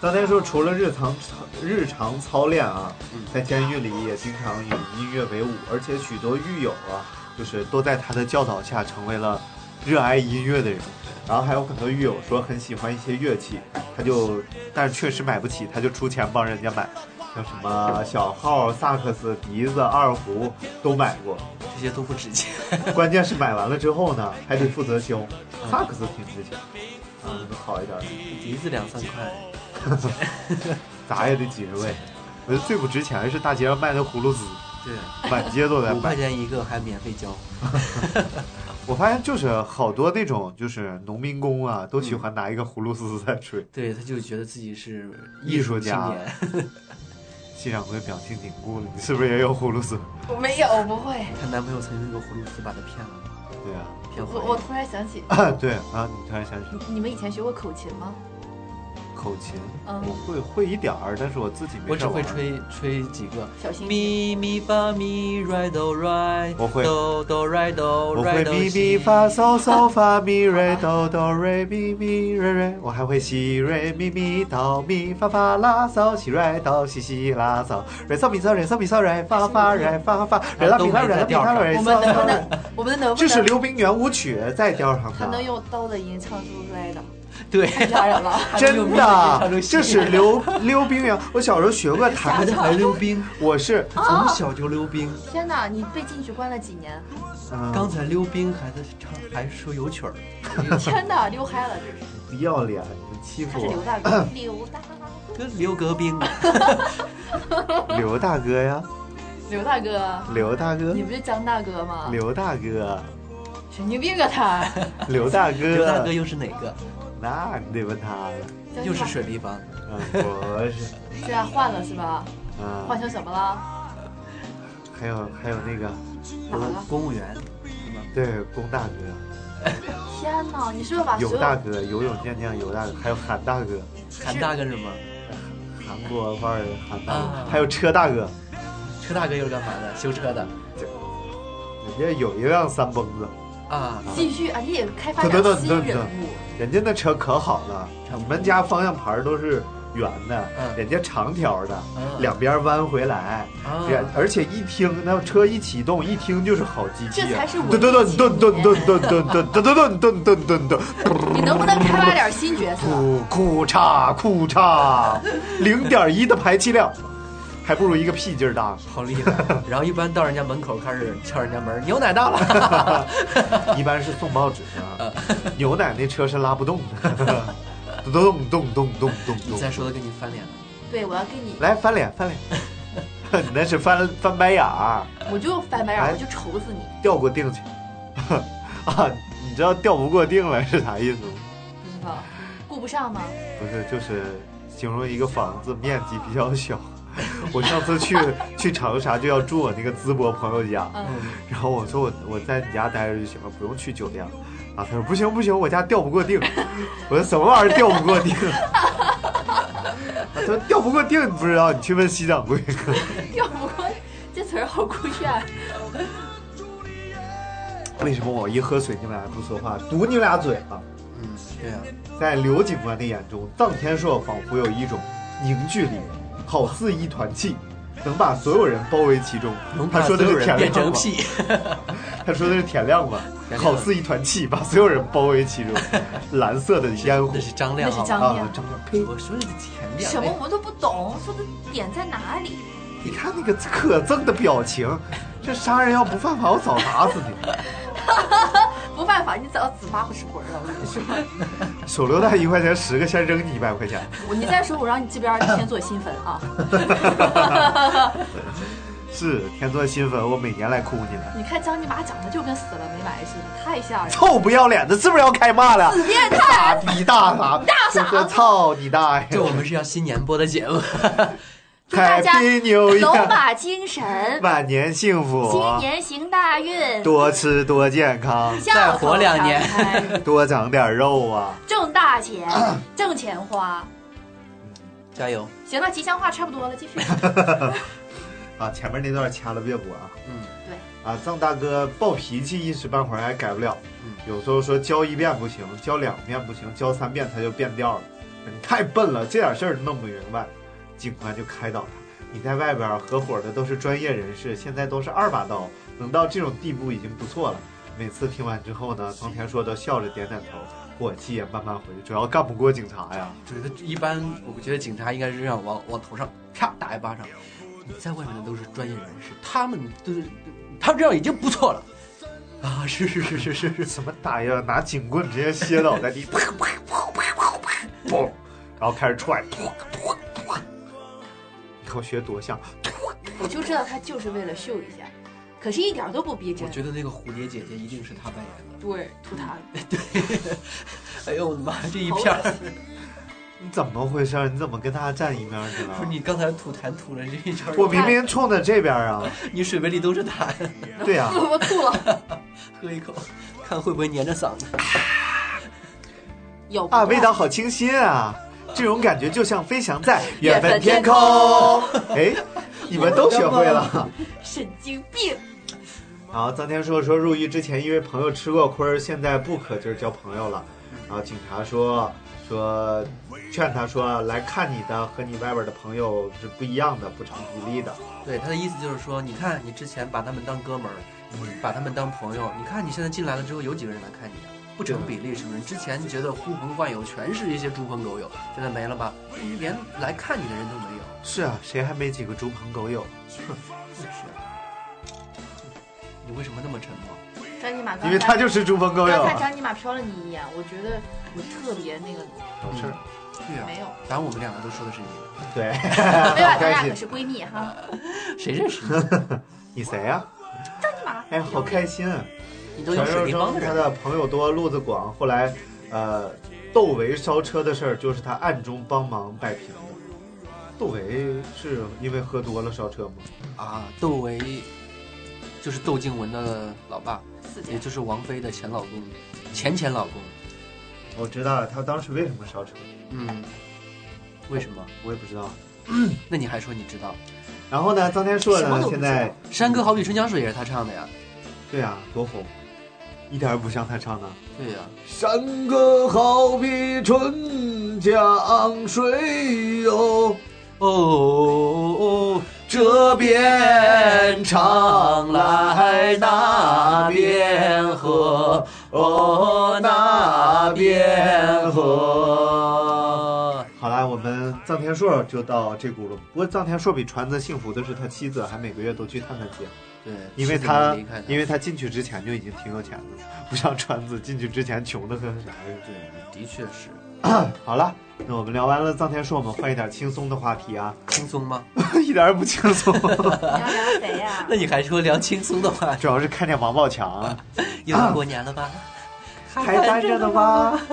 Speaker 1: 刚才说除了日常日常操练啊，在监狱里也经常以音乐为伍，而且许多狱友啊，就是都在他的教导下成为了热爱音乐的人。然后还有很多狱友说很喜欢一些乐器，他就但是确实买不起，他就出钱帮人家买，像什么小号、萨克斯、笛子、二胡都买过。
Speaker 4: 这些都不值钱。
Speaker 1: *laughs* 关键是买完了之后呢，还得负责修。萨克斯挺值钱，啊，能好一点的，
Speaker 4: 笛子两三块， *laughs*
Speaker 1: 咋也得几十位。我觉得最不值钱的是大街上卖的葫芦丝，
Speaker 4: 对，
Speaker 1: 满街都在
Speaker 4: 五块
Speaker 1: 卖。
Speaker 4: 钱一个还免费交，
Speaker 1: 我发现就是好多那种就是农民工啊，都喜欢拿一个葫芦丝在吹。
Speaker 4: 对，他就觉得自己是
Speaker 1: 艺术
Speaker 4: 青
Speaker 1: 家
Speaker 4: 年，
Speaker 1: 西掌柜表情凝固了，你是不是也有葫芦丝？
Speaker 3: 我没有，我不会。
Speaker 4: *laughs* 她男朋友曾用一个葫芦丝把她骗了，
Speaker 1: 对啊，
Speaker 4: 骗
Speaker 3: 我
Speaker 4: 回
Speaker 3: 我
Speaker 4: 来。
Speaker 3: 突然想起，
Speaker 1: 对啊，你突然想起
Speaker 3: 你你们以前学过口琴吗？
Speaker 1: 口琴，
Speaker 3: 嗯
Speaker 1: 我会会一点儿，但是我自己没。
Speaker 4: 我只会。吹吹几个
Speaker 3: 小星星。
Speaker 4: 咪咪发咪 r i do r i
Speaker 1: 我会
Speaker 4: 哆哆 r i do
Speaker 1: 我
Speaker 4: r i
Speaker 1: 会
Speaker 4: do
Speaker 1: 咪咪发嗦嗦发咪瑞哆哆瑞咪咪瑞瑞，我还会西瑞咪咪哆咪发发拉嗦西瑞哆西西拉嗦瑞嗦咪嗦瑞嗦咪嗦瑞发发瑞发发瑞拉咪拉瑞拉咪拉瑞
Speaker 3: 我
Speaker 1: 嗦
Speaker 3: 们能不
Speaker 1: 嗦瑞。
Speaker 3: 能，我们能不
Speaker 1: 这是
Speaker 3: 能，
Speaker 1: 溜冰圆舞曲在调上
Speaker 3: 他能
Speaker 1: 的，
Speaker 3: 用刀的音唱出 red 吗？
Speaker 4: *laughs* 对，
Speaker 3: 太吓人了。
Speaker 1: 真的，这是溜溜冰圆。我小时候学过
Speaker 4: 他 *laughs*
Speaker 1: 弹
Speaker 4: 的，还溜冰，哦
Speaker 1: 我是
Speaker 4: 从小就溜冰，
Speaker 3: 天哪，你被进去关了几年？
Speaker 1: 嗯，
Speaker 4: 刚才溜冰还在唱，还说有曲儿，
Speaker 3: 天哪，溜嗨了，这是。
Speaker 1: 不要脸，你们欺
Speaker 3: 他
Speaker 1: 负
Speaker 3: 是刘
Speaker 1: 我，
Speaker 3: 大哥，刘大，
Speaker 4: 跟溜个冰，
Speaker 1: 刘大哥呀，
Speaker 3: 刘大哥，
Speaker 1: 刘大哥
Speaker 3: 你，不是江大哥吗？
Speaker 1: 刘大哥，
Speaker 3: 神经病啊他！
Speaker 1: 刘大
Speaker 4: 刘大
Speaker 1: 哥
Speaker 4: 哥。又是哪个？
Speaker 1: 那你得问他了。
Speaker 3: 江
Speaker 4: 又是
Speaker 3: 大
Speaker 4: 水立方，
Speaker 1: 嗯，不是，
Speaker 3: 现在换了是吧？换
Speaker 1: 嗯，
Speaker 3: 成什么了？
Speaker 1: 还有还有那个，
Speaker 3: 哪个？
Speaker 4: 公务员，
Speaker 1: 对，龚大哥、
Speaker 3: 天哪，你是不是把所
Speaker 1: 尤大
Speaker 3: 有
Speaker 1: 哥、游泳健将尤大哥，还有韩大哥，
Speaker 4: 韩大哥是吗？
Speaker 1: 韩国范儿，韩国、
Speaker 4: 啊
Speaker 1: 还有车大哥，
Speaker 4: 车大哥又是干嘛的？修车的
Speaker 1: 人家有一辆三蹦子，
Speaker 4: 啊，
Speaker 3: 继续啊，你也开发
Speaker 1: 等等
Speaker 3: 点
Speaker 1: 等
Speaker 3: 新
Speaker 1: 等
Speaker 3: 人
Speaker 1: 等
Speaker 3: 物。
Speaker 1: 人家那车可好了，
Speaker 4: 差不多
Speaker 1: 你们家方向盘都是圆的，
Speaker 4: 嗯
Speaker 1: 人家长条的，
Speaker 4: 嗯
Speaker 1: 两边弯回来，
Speaker 4: 啊
Speaker 1: 人而且一听那车一启动，一听就是好机器啊，
Speaker 3: 这才是
Speaker 1: 噔
Speaker 3: 文
Speaker 1: 噔
Speaker 3: 艺
Speaker 1: 噔噔噔噔噔噔噔噔噔噔噔噔噔，
Speaker 3: 你能不能开发点新角色？
Speaker 1: 库库嚓库嚓，零点一的排气量， *laughs* 还不如一个屁劲儿大。
Speaker 4: 好厉 *laughs* 害。然后一般到人家门口开始敲人家门，牛奶到了，
Speaker 1: *laughs* 一般是送报纸啊 *laughs* 的，呃牛奶那车是拉不动的， *laughs* 咚咚咚咚咚
Speaker 4: 你再
Speaker 1: 咚，
Speaker 4: 说的跟你翻脸了。
Speaker 3: 对，我要跟你，
Speaker 1: 来翻脸翻脸， *laughs* 你那是翻翻白眼儿，
Speaker 3: 我就翻白眼
Speaker 1: 哎
Speaker 3: 儿，我就愁死你。
Speaker 1: 掉过腚去， *laughs* 啊，你知道掉不过腚来是啥意思吗？
Speaker 3: 不知道，顾不上吗？
Speaker 1: 不是，就是形容一个房子面积比较小。我上次去 *laughs* 去长沙就要住我那个淄博朋友家，
Speaker 3: 嗯，
Speaker 1: 然后我说我我在你家待着就行了，不用去酒店了。啊，他说不行不行，我家吊不过腚。 *laughs* 我说什么玩意儿吊不过腚？啊 *laughs* 他说吊不过腚你不知道，你去问西掌柜。
Speaker 3: *laughs*
Speaker 1: *laughs*
Speaker 3: 要不过这词儿好酷 *laughs* 炫。啊
Speaker 1: 为什么我一喝水你们俩不说话，堵你俩嘴了？
Speaker 4: 嗯，对啊，
Speaker 1: 在刘警官的眼中，臧天朔仿佛有一种凝聚力，好似一团气，能把所有人包围其中
Speaker 4: 能。
Speaker 1: 他
Speaker 4: 把
Speaker 1: 说的
Speaker 4: 所有
Speaker 1: 是
Speaker 4: 人
Speaker 1: 田
Speaker 4: 变成
Speaker 1: 亮吗？
Speaker 4: 屁。 *laughs*
Speaker 1: 他说的是田亮吗？
Speaker 4: 田亮
Speaker 1: 好似一团气，把所有人包围其中，蓝色的烟火
Speaker 4: 那。是张亮
Speaker 3: 那是
Speaker 4: 好吧？
Speaker 3: 张
Speaker 1: 啊
Speaker 3: 亮，
Speaker 1: 张亮，呸！
Speaker 4: 我说的是田亮。
Speaker 3: 嗯什么
Speaker 4: 哎？
Speaker 3: 我都不懂，说的点在哪里？
Speaker 1: 你看那个可憎的表情，这杀人要不犯法，我早打死你！
Speaker 3: *laughs* 不犯法，你早紫妈不吃魂了。我跟你 *laughs* 说，
Speaker 1: 手榴弹一块钱十个，先扔你一百块钱。
Speaker 3: 我你再说，我让你这边先做新坟 *laughs* 啊！
Speaker 1: 是天作新闻，我每年来哭你来。
Speaker 3: 你看张尼玛长得就跟死了没埋似的，太吓 *laughs* 人了。
Speaker 1: 臭不要脸的，是不是要开骂了？
Speaker 3: 变
Speaker 1: 大
Speaker 3: 态！
Speaker 1: 逼大傻，大
Speaker 3: 傻
Speaker 1: 我操你大爷！
Speaker 4: 这我们是要新年播的节目， *laughs*
Speaker 3: 祝大家
Speaker 1: Happy New Year
Speaker 3: 龙马精神，
Speaker 1: 晚年幸福，
Speaker 3: 新年行大运，
Speaker 1: 多吃多
Speaker 3: *laughs*
Speaker 1: 健康，
Speaker 3: 笑
Speaker 4: 再活
Speaker 3: 口
Speaker 4: 两
Speaker 3: 常
Speaker 4: 年
Speaker 3: 开
Speaker 1: 多长点肉啊！
Speaker 3: 挣大
Speaker 1: *laughs*
Speaker 3: 钱，挣钱花。
Speaker 4: 加油！
Speaker 3: 行了，吉祥话差不多了，
Speaker 1: *laughs*
Speaker 3: 继续。
Speaker 1: 啊，前面那段掐了别播啊。
Speaker 4: 嗯，
Speaker 1: 对。啊，藏大哥暴脾气，一时半会儿还改不了。
Speaker 4: 嗯
Speaker 1: 有时候说教一遍不行，教两遍不行，教三遍他就变调了。你太笨了，这点事儿弄不明白。警官就开导他：“你在外边儿合伙的都是专业人士，现在都是二把刀，能到这种地步已经不错了。”每次听完之后呢，方天硕都笑着点点头，火气也慢慢回去，主要干不过警察呀。
Speaker 4: 就是一般，我觉得警察应该是让往往头上啪打一巴掌。你在外面的都是专业人士，他们都是他们这样已经不错了。 *laughs* 啊，是是是是
Speaker 1: *laughs*
Speaker 4: 是是，
Speaker 1: 什么打呀？拿警棍直接歇倒在地， *laughs* 砰砰砰砰砰砰，砰，然后开始踹，砰砰砰。你看我学多像，
Speaker 3: 我就知道他就是为了秀一下，可是一点都不逼
Speaker 4: 我
Speaker 3: 真。
Speaker 4: 觉得那个蝴蝶姐姐一定是他扮演的。
Speaker 3: 对，吐痰。 *laughs*
Speaker 4: 哎呦我的妈！这一片儿，
Speaker 1: 你怎么回事？你怎么跟他站一面去
Speaker 4: 不是
Speaker 3: 啊
Speaker 1: 了？
Speaker 4: 你刚才吐痰吐了这一圈儿，
Speaker 1: 我明明冲着这边啊！
Speaker 4: 你水杯里都是痰，
Speaker 1: 对啊呀、
Speaker 3: 我吐了，
Speaker 4: 喝一口，看会不会粘着嗓子。
Speaker 3: 有
Speaker 1: 啊，味道好清新啊！这种感觉就像飞翔在远方天空。哎，你们都学会了。
Speaker 3: 神经病。
Speaker 1: 然后臧天硕说入狱之前因为朋友吃过亏儿，现在不可劲儿交朋友了。然后警察说说劝他说来看你的和你外边的朋友是不一样的，不成比例的。
Speaker 4: 对，他的意思就是说，你看你之前把他们当哥们儿，你把他们当朋友，你看你现在进来了之后，有几个人来看你啊？不成比例，是不是？之前你觉得呼朋唤友全是一些猪朋狗友，现在没了吧？连来看你的人都没有。
Speaker 1: 是啊，谁还没几个猪朋狗友？
Speaker 4: 真是，你为什么那么沉默？
Speaker 3: 张尼玛刚才，
Speaker 1: 因为他就是猪朋狗友
Speaker 3: 刚
Speaker 1: 啊。
Speaker 3: 才张尼玛瞟了你一眼，我觉得我特别那个，
Speaker 1: 有事儿，
Speaker 4: 对啊
Speaker 3: 没，有，
Speaker 4: 反正我们两个都说的是你，
Speaker 1: 对， *laughs*
Speaker 3: 没有，咱俩
Speaker 1: 哎开
Speaker 3: 可
Speaker 1: 心。
Speaker 3: 是闺蜜
Speaker 1: *laughs*
Speaker 3: 哈。
Speaker 4: 谁认识 *laughs* 你？
Speaker 1: 你谁呀、
Speaker 3: 张尼玛，
Speaker 1: 哎，好开心、啊！
Speaker 4: 你都
Speaker 1: 全
Speaker 4: 有水
Speaker 1: 肉
Speaker 4: 立方
Speaker 1: 生
Speaker 4: 的
Speaker 1: 他
Speaker 4: 人，
Speaker 1: 的朋友多，路子广。后来，呃，窦唯烧车的事儿就是他暗中帮忙摆平的。窦唯是因为喝多了烧车吗？
Speaker 4: 啊，窦唯就是窦靖雯的老爸，
Speaker 3: 死
Speaker 4: 也
Speaker 3: 姐，
Speaker 4: 就是王菲的前老公，前前老公。
Speaker 1: 我知道了，他当时为什么烧车，
Speaker 4: 嗯嗯，为什么？
Speaker 1: 我也不知道。
Speaker 4: 那你还说你知道？
Speaker 1: 然后呢，张天硕
Speaker 3: 什么
Speaker 1: 呢
Speaker 3: 都不
Speaker 1: 现
Speaker 3: 知道
Speaker 1: 在
Speaker 4: 山歌好比春江水也是他唱的呀。
Speaker 1: 对啊多红，一点儿也不像他唱的。
Speaker 4: 对呀、
Speaker 1: 山歌好比春江水哟、
Speaker 4: 哦哦，这边唱来那边和，哦那边和。
Speaker 1: 好啦，我们臧天朔就到这轱辘。不过臧天朔比传子幸福的是他妻子，还每个月都去探探亲，
Speaker 4: 对，
Speaker 1: 因为
Speaker 4: 是得
Speaker 1: 他
Speaker 4: 离开他
Speaker 1: 因为他进去之前就已经挺有钱的，不像传子进去之前穷的跟啥似
Speaker 4: 对，的确是
Speaker 1: 的。好了，那我们聊完了臧天朔，我们换一点轻松的话题啊，
Speaker 4: 轻松吗？
Speaker 1: *laughs* 一点儿也不轻松，
Speaker 3: 你要聊谁呀
Speaker 4: 那？你还说聊轻松的话，
Speaker 1: *laughs* 主要是看见王宝强
Speaker 4: 又
Speaker 1: 啊
Speaker 4: 要过年了吧？
Speaker 1: 还单着呢吗？啊 *laughs*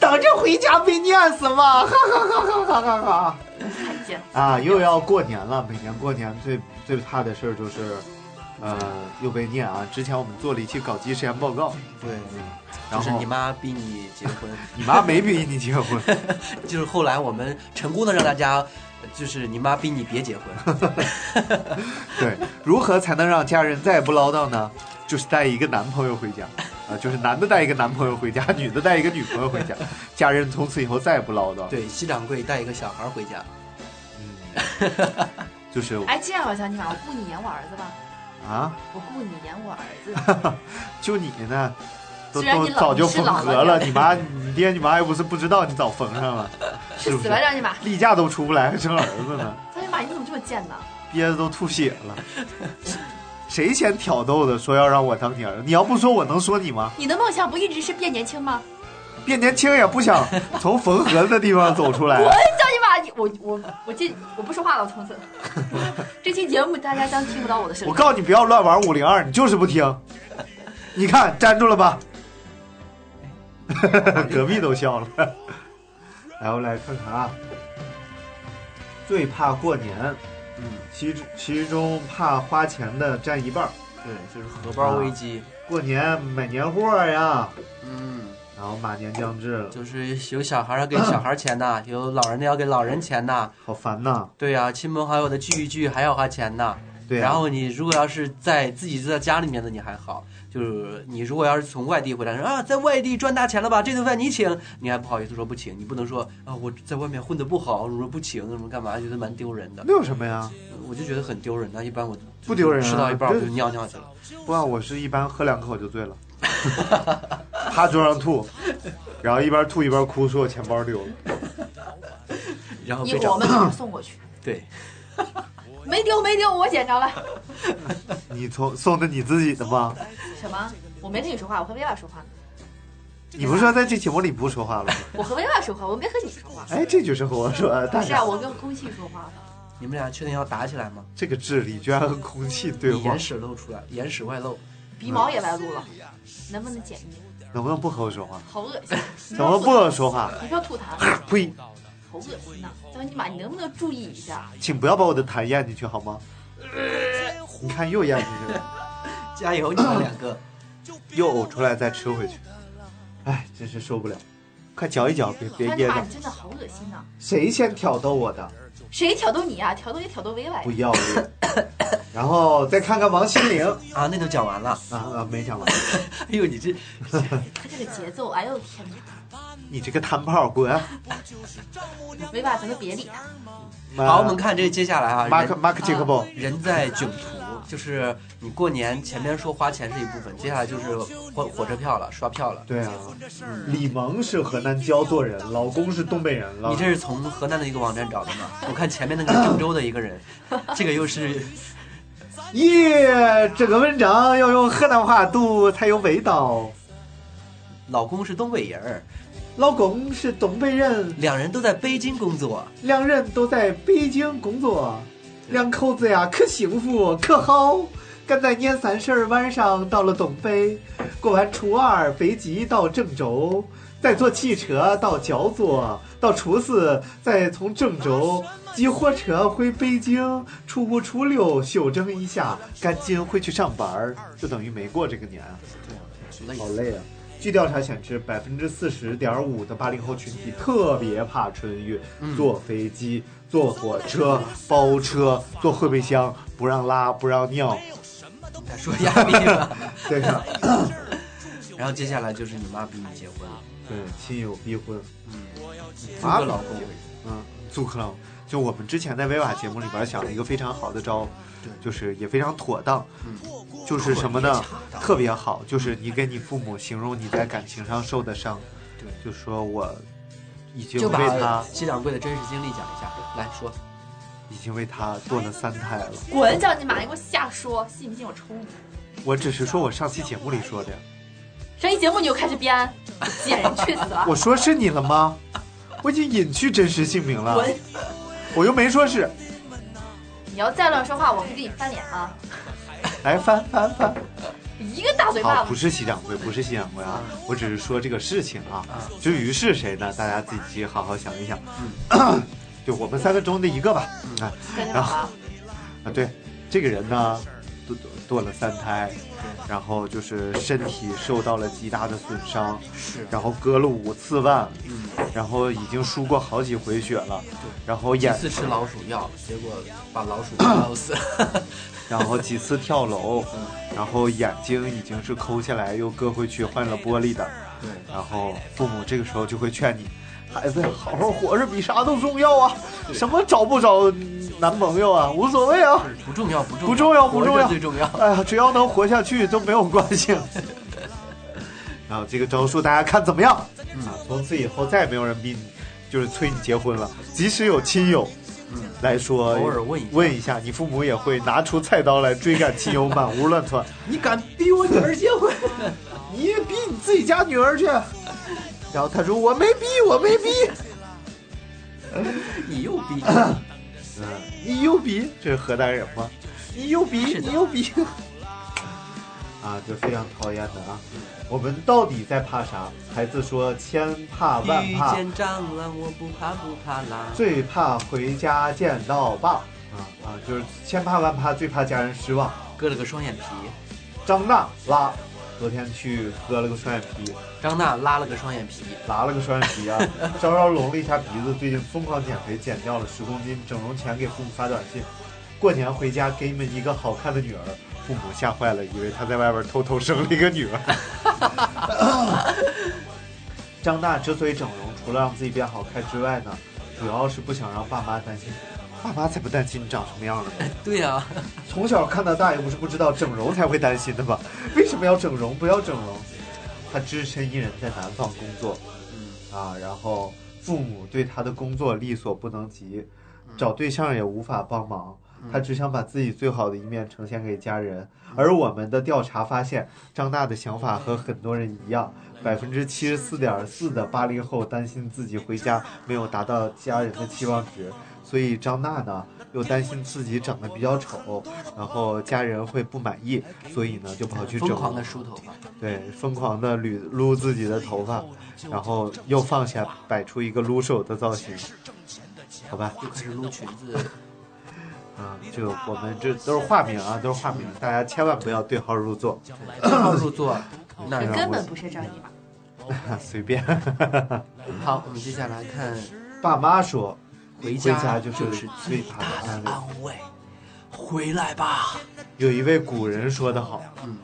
Speaker 1: 等着回家被念死吗？哈哈哈哈哈哈哈！
Speaker 3: 太贱，
Speaker 1: 啊，又要过年了。每年过年最最怕的事儿就是，呃，又被念啊。之前我们做了一期搞基实验报告，
Speaker 4: 对，
Speaker 1: 然
Speaker 4: 就是
Speaker 1: 后
Speaker 4: 你妈逼你结婚，
Speaker 1: 你妈没逼你结
Speaker 4: *laughs*
Speaker 1: 婚，
Speaker 4: 就是后来我们成功的让大家，就是你妈逼你别结
Speaker 1: *laughs*
Speaker 4: 婚，
Speaker 1: 对，如何才能让家人再也不唠叨呢？就是带一个男朋友回家，啊、就是男的带一个男朋友回家， *laughs* 女的带一个女朋友回家，家人从此以后再也不唠叨。，
Speaker 4: 对，西掌柜带一个小孩回家，
Speaker 1: 嗯，就是
Speaker 3: 哎，这样我想起来，我雇你演我儿子吧，
Speaker 1: 啊，
Speaker 3: 我雇你演我儿子，
Speaker 1: 就你呢，都
Speaker 3: 虽然
Speaker 1: 都
Speaker 3: 你老
Speaker 1: 早就
Speaker 3: 你是
Speaker 1: 缝
Speaker 3: 老
Speaker 1: 合
Speaker 3: 了
Speaker 1: 了，你妈你爹你妈又不是不知道你早缝上了，是
Speaker 3: 去
Speaker 1: 不
Speaker 3: 死
Speaker 1: *laughs* 是
Speaker 3: 吧？让你妈！
Speaker 1: 例假都出不来，还生儿子呢？
Speaker 3: 张你妈，你怎么这么贱呢？
Speaker 1: 憋得都吐血了。谁先挑逗的说要让我当你儿子？你要不说我能说你吗？
Speaker 3: 你的梦想不一直是变年轻吗？
Speaker 1: 变年轻也不想从缝合的地方走出来。啊
Speaker 3: 张哎你妈，你我我我这我不说话了，我从此 *laughs* 这期节目大家将听不到我的声
Speaker 1: *laughs* 我
Speaker 3: 音。
Speaker 1: 告诉你不要乱玩五零二，你就是不听。你看粘住了吧？ *laughs* 隔壁都笑了。 *laughs* 来，我们来看看啊。最怕过年，
Speaker 4: 嗯，
Speaker 1: 其其中怕花钱的占一半儿。
Speaker 4: 对，就是荷包危机，
Speaker 1: 过年买年货呀，
Speaker 4: 嗯，
Speaker 1: 然后马年将至了，
Speaker 4: 就是有小孩要给小孩钱呐， *coughs* 有老人的要给老人钱呐，
Speaker 1: 好烦呐。
Speaker 4: 对呀、亲朋好友的聚一聚还要花钱呐。
Speaker 1: 对啊呀、
Speaker 4: 然后你如果要是在自己在家里面的你还好，就是你如果要是从外地回来说啊，在外地赚大钱了吧，这顿饭你请，你还不好意思说不请，你不能说啊我在外面混得不好，我说不请，什么干嘛，觉得蛮丢人的，
Speaker 1: 那有什么呀？
Speaker 4: 我就觉得很丢人的。一般我
Speaker 1: 不丢人啊
Speaker 4: 吃到一半我就
Speaker 1: 这
Speaker 4: 尿尿去了。
Speaker 1: 不然我是一般喝两口就
Speaker 4: *laughs*
Speaker 1: 醉了，趴桌上吐，然后一边吐一边哭，说我钱包丢了。
Speaker 4: 然后
Speaker 3: 你
Speaker 4: 被找
Speaker 3: 我们给你送过去，
Speaker 4: 对，
Speaker 3: 没丢没丢，我捡着了。
Speaker 1: 你从送的你自己的吗？
Speaker 3: 什么？我没跟你说话，我和薇娅说话呢。
Speaker 1: 你不是说在这节目里不说话了吗？
Speaker 3: 我和薇娅说话，我没和你说话。
Speaker 1: 哎，这就是和我说，
Speaker 3: 不
Speaker 1: 大
Speaker 3: 是啊，
Speaker 1: 家
Speaker 3: 我跟空气说话了。
Speaker 4: 你们俩确定要打起来吗？
Speaker 1: 这个智力居然和空气对
Speaker 4: 你
Speaker 1: 话
Speaker 4: 眼，屎露出来，眼屎外露。
Speaker 3: 鼻毛也外露了，能不能剪一剪？
Speaker 1: 能不能不和我说话？
Speaker 3: 好恶
Speaker 1: *laughs*
Speaker 3: 心！
Speaker 1: 能不能不和我说话？
Speaker 3: 你不要吐痰，
Speaker 1: 呸！
Speaker 3: 好恶心呐！张尼玛，你能不能注意一下？
Speaker 1: 请不要把我的痰咽进去好吗？你看又咽进去了，
Speaker 4: 加油，你们两个！
Speaker 1: *laughs* 又呕出来再吃回去，哎，真是受不了！快嚼一嚼，别别
Speaker 3: 张尼
Speaker 1: 噎
Speaker 3: 玛，
Speaker 1: 着
Speaker 3: 你。真的好恶心呐！
Speaker 1: 谁先挑逗我的？
Speaker 3: 谁挑逗你呀、挑逗也挑逗薇娅
Speaker 1: 不
Speaker 3: 呀。
Speaker 1: 要脸。然后再看看王心凌
Speaker 4: 啊，那都讲完了。
Speaker 1: 啊啊，没讲完，
Speaker 4: 哎呦，你这
Speaker 3: 他这个节奏，哎呦天哪！
Speaker 1: 你这个贪炮滚！啊
Speaker 3: 薇娅，咱们别理他。
Speaker 4: 好，我们看这接下来啊，
Speaker 1: 马
Speaker 4: 人
Speaker 1: 克马克杰克布，
Speaker 4: 人在囧途，就是你过年前面说花钱是一部分，接下来就是火火车票了，刷票了。
Speaker 1: 对啊，李萌是河南焦作人，老公是东北人了
Speaker 4: 你。这是从河南的一个网站找的
Speaker 1: *laughs*
Speaker 4: 吗？我看前面那个郑州的一个人，这个又是
Speaker 1: 耶，这个文章要用河南话读才有味道。
Speaker 4: 老公是东北人儿，
Speaker 1: 老公是东北人，
Speaker 4: 两人都在北京工作。
Speaker 1: 两人都在北京工作，两口子呀可幸福可好。赶在年三十儿晚上到了东北，过完初二飞机到郑州，再坐汽车到焦作，到初四再从郑州挤火车回北京，初五初六休整一下，赶紧回去上班儿，就等于没过这个年，
Speaker 4: 对，累
Speaker 1: 好累啊！据调查显示，百分之四十点五的八零后群体特别怕春运，
Speaker 4: 嗯
Speaker 1: 坐飞机、坐火车、包车、坐后备箱，不让拉，不让尿。
Speaker 4: 你在说压力了。*laughs*
Speaker 1: 对呀、
Speaker 4: 然后接下来就是你妈逼你结婚，
Speaker 1: 对，亲友逼婚，
Speaker 4: 嗯租
Speaker 1: 啊
Speaker 4: 个老公，
Speaker 1: 嗯，租克朗。就我们之前在威瓦节目里边想了一个非常好的招，
Speaker 4: 对
Speaker 1: 就是也非常妥当，
Speaker 4: 嗯
Speaker 1: 就是什么呢？特别好，就是你给你父母形容你在感情上受的伤，
Speaker 4: 对，
Speaker 1: 就说我已经
Speaker 4: 就
Speaker 1: 为
Speaker 4: 把
Speaker 1: 他
Speaker 4: 西掌柜的真实经历讲一下，来说，
Speaker 1: 已经为他堕了三胎了。
Speaker 3: 滚！叫你妈！你给我瞎说，信不信我抽你？
Speaker 1: 我只是说我上期节目里说的，
Speaker 3: 上一节目你就开始编，贱人去 *laughs* 死啊！
Speaker 1: 我说是你了吗？我已经隐去真实姓名了，
Speaker 3: 滚！
Speaker 1: 我又没说是。
Speaker 3: 你要再乱说话，我会给你翻脸啊！
Speaker 1: 来哎翻翻翻，
Speaker 3: 一个大嘴巴
Speaker 1: 好，
Speaker 3: 子
Speaker 1: 不。是西掌柜，不是西掌柜啊，我只是说这个事情啊
Speaker 4: 啊，
Speaker 1: 至于是谁呢？大家自己好好想一想。 *coughs* 就我们三个中的一个吧。啊
Speaker 3: 真
Speaker 1: *laughs*
Speaker 3: 的吗？
Speaker 1: 啊，对，这个人呢，堕堕堕了三胎，然后就是身体受到了极大的损伤，
Speaker 4: 是
Speaker 1: 然后割了五次腕，
Speaker 4: 嗯，
Speaker 1: 然后已经输过好几回血了，然后
Speaker 4: 一
Speaker 1: 眼
Speaker 4: 次吃老鼠药，结果把老鼠咬死了，
Speaker 1: 然后几次跳楼，
Speaker 4: 嗯
Speaker 1: 然后眼睛已经是抠下来又割回去，换了玻璃的。
Speaker 4: 对，
Speaker 1: 然后父母这个时候就会劝你，孩子好好活着比啥都重要啊，什么找不找男朋友啊，无所谓啊，
Speaker 4: 不重要，不重要，
Speaker 1: 不重要不重要
Speaker 4: 活着最重要。
Speaker 1: 哎呀，只要能活下去都没有关
Speaker 4: *laughs*
Speaker 1: 系。然后这个招数大家看怎么样？啊，从此以后再也没有人逼你，就是催你结婚了。即使有亲友，
Speaker 4: 嗯
Speaker 1: 来说，
Speaker 4: 偶尔问一下
Speaker 1: 问一下，你父母也会拿出菜刀来追赶亲友，满屋乱窜。
Speaker 4: *laughs* 你敢逼我女儿结婚？
Speaker 1: *laughs* 你也逼你自己家女儿去。然后他说我没逼，我没逼。
Speaker 4: 你又逼，
Speaker 1: 嗯，你又逼，这是河南人吗？你又逼，
Speaker 4: 是的
Speaker 1: 你又逼。 *laughs* 啊，就非常讨厌的啊！我们到底在怕啥？孩子说千怕万
Speaker 4: 遇
Speaker 1: 怕，
Speaker 4: 见蟑螂我不怕不怕啦。
Speaker 1: 最怕回家见到爸。啊啊，就是千怕万怕，最怕家人失望。
Speaker 4: 割了个双眼皮，
Speaker 1: 张娜拉，昨天去割了个双眼皮，
Speaker 4: 张娜拉了个双眼皮，
Speaker 1: 拉了个双眼皮啊，稍稍隆了一下鼻子，最近疯狂减肥，减掉了十公斤，整容前给父母发短信，过年回家给你们一个好看的女儿，父母吓坏了，以为他在外边偷偷生了一个女儿。张娜之所以整容，除了让自己变好看之外呢，主要是不想让爸妈担心，爸妈才不担心你长什么样了呢。
Speaker 4: 对呀、啊，
Speaker 1: 从小看到大，又不是不知道整容才会担心的吧？为什么要整容？不要整容。他只身一人在南方工作，
Speaker 4: 嗯
Speaker 1: 啊，然后父母对他的工作力所不能及，
Speaker 4: 嗯
Speaker 1: 找对象也无法帮忙。他只想把自己最好的一面呈现给家人，
Speaker 4: 嗯
Speaker 1: 而我们的调查发现，张娜的想法和很多人一样，
Speaker 4: 嗯
Speaker 1: 百分之七十四点四的八零后担心自己回家没有达到家人的期望值，所以张娜呢又担心自己长得比较丑，然后家人会不满意，所以呢就跑去整
Speaker 4: 疯狂
Speaker 1: 容
Speaker 4: 的，梳头发，
Speaker 1: 对，疯狂的捋撸自己的头发，然后又放下，摆出一个撸手的造型，好吧，
Speaker 4: 又开始撸裙子，
Speaker 1: 啊，这个我们这都是化名啊，都是化名，大家千万不要对号入座， *laughs*
Speaker 4: 对正好入座，那
Speaker 3: 你
Speaker 4: 让
Speaker 1: 让哎我
Speaker 3: 根本不是张一马，
Speaker 1: 随便。 *laughs*
Speaker 4: 好，我们接下来看
Speaker 1: 爸妈说，
Speaker 4: 回
Speaker 1: 家
Speaker 4: 家
Speaker 1: 就是最
Speaker 4: 最
Speaker 1: 大
Speaker 4: 大
Speaker 1: 的安
Speaker 4: 的嗯
Speaker 1: 慰
Speaker 4: 安慰。回来吧，
Speaker 1: 有一位古人说得好，
Speaker 4: 嗯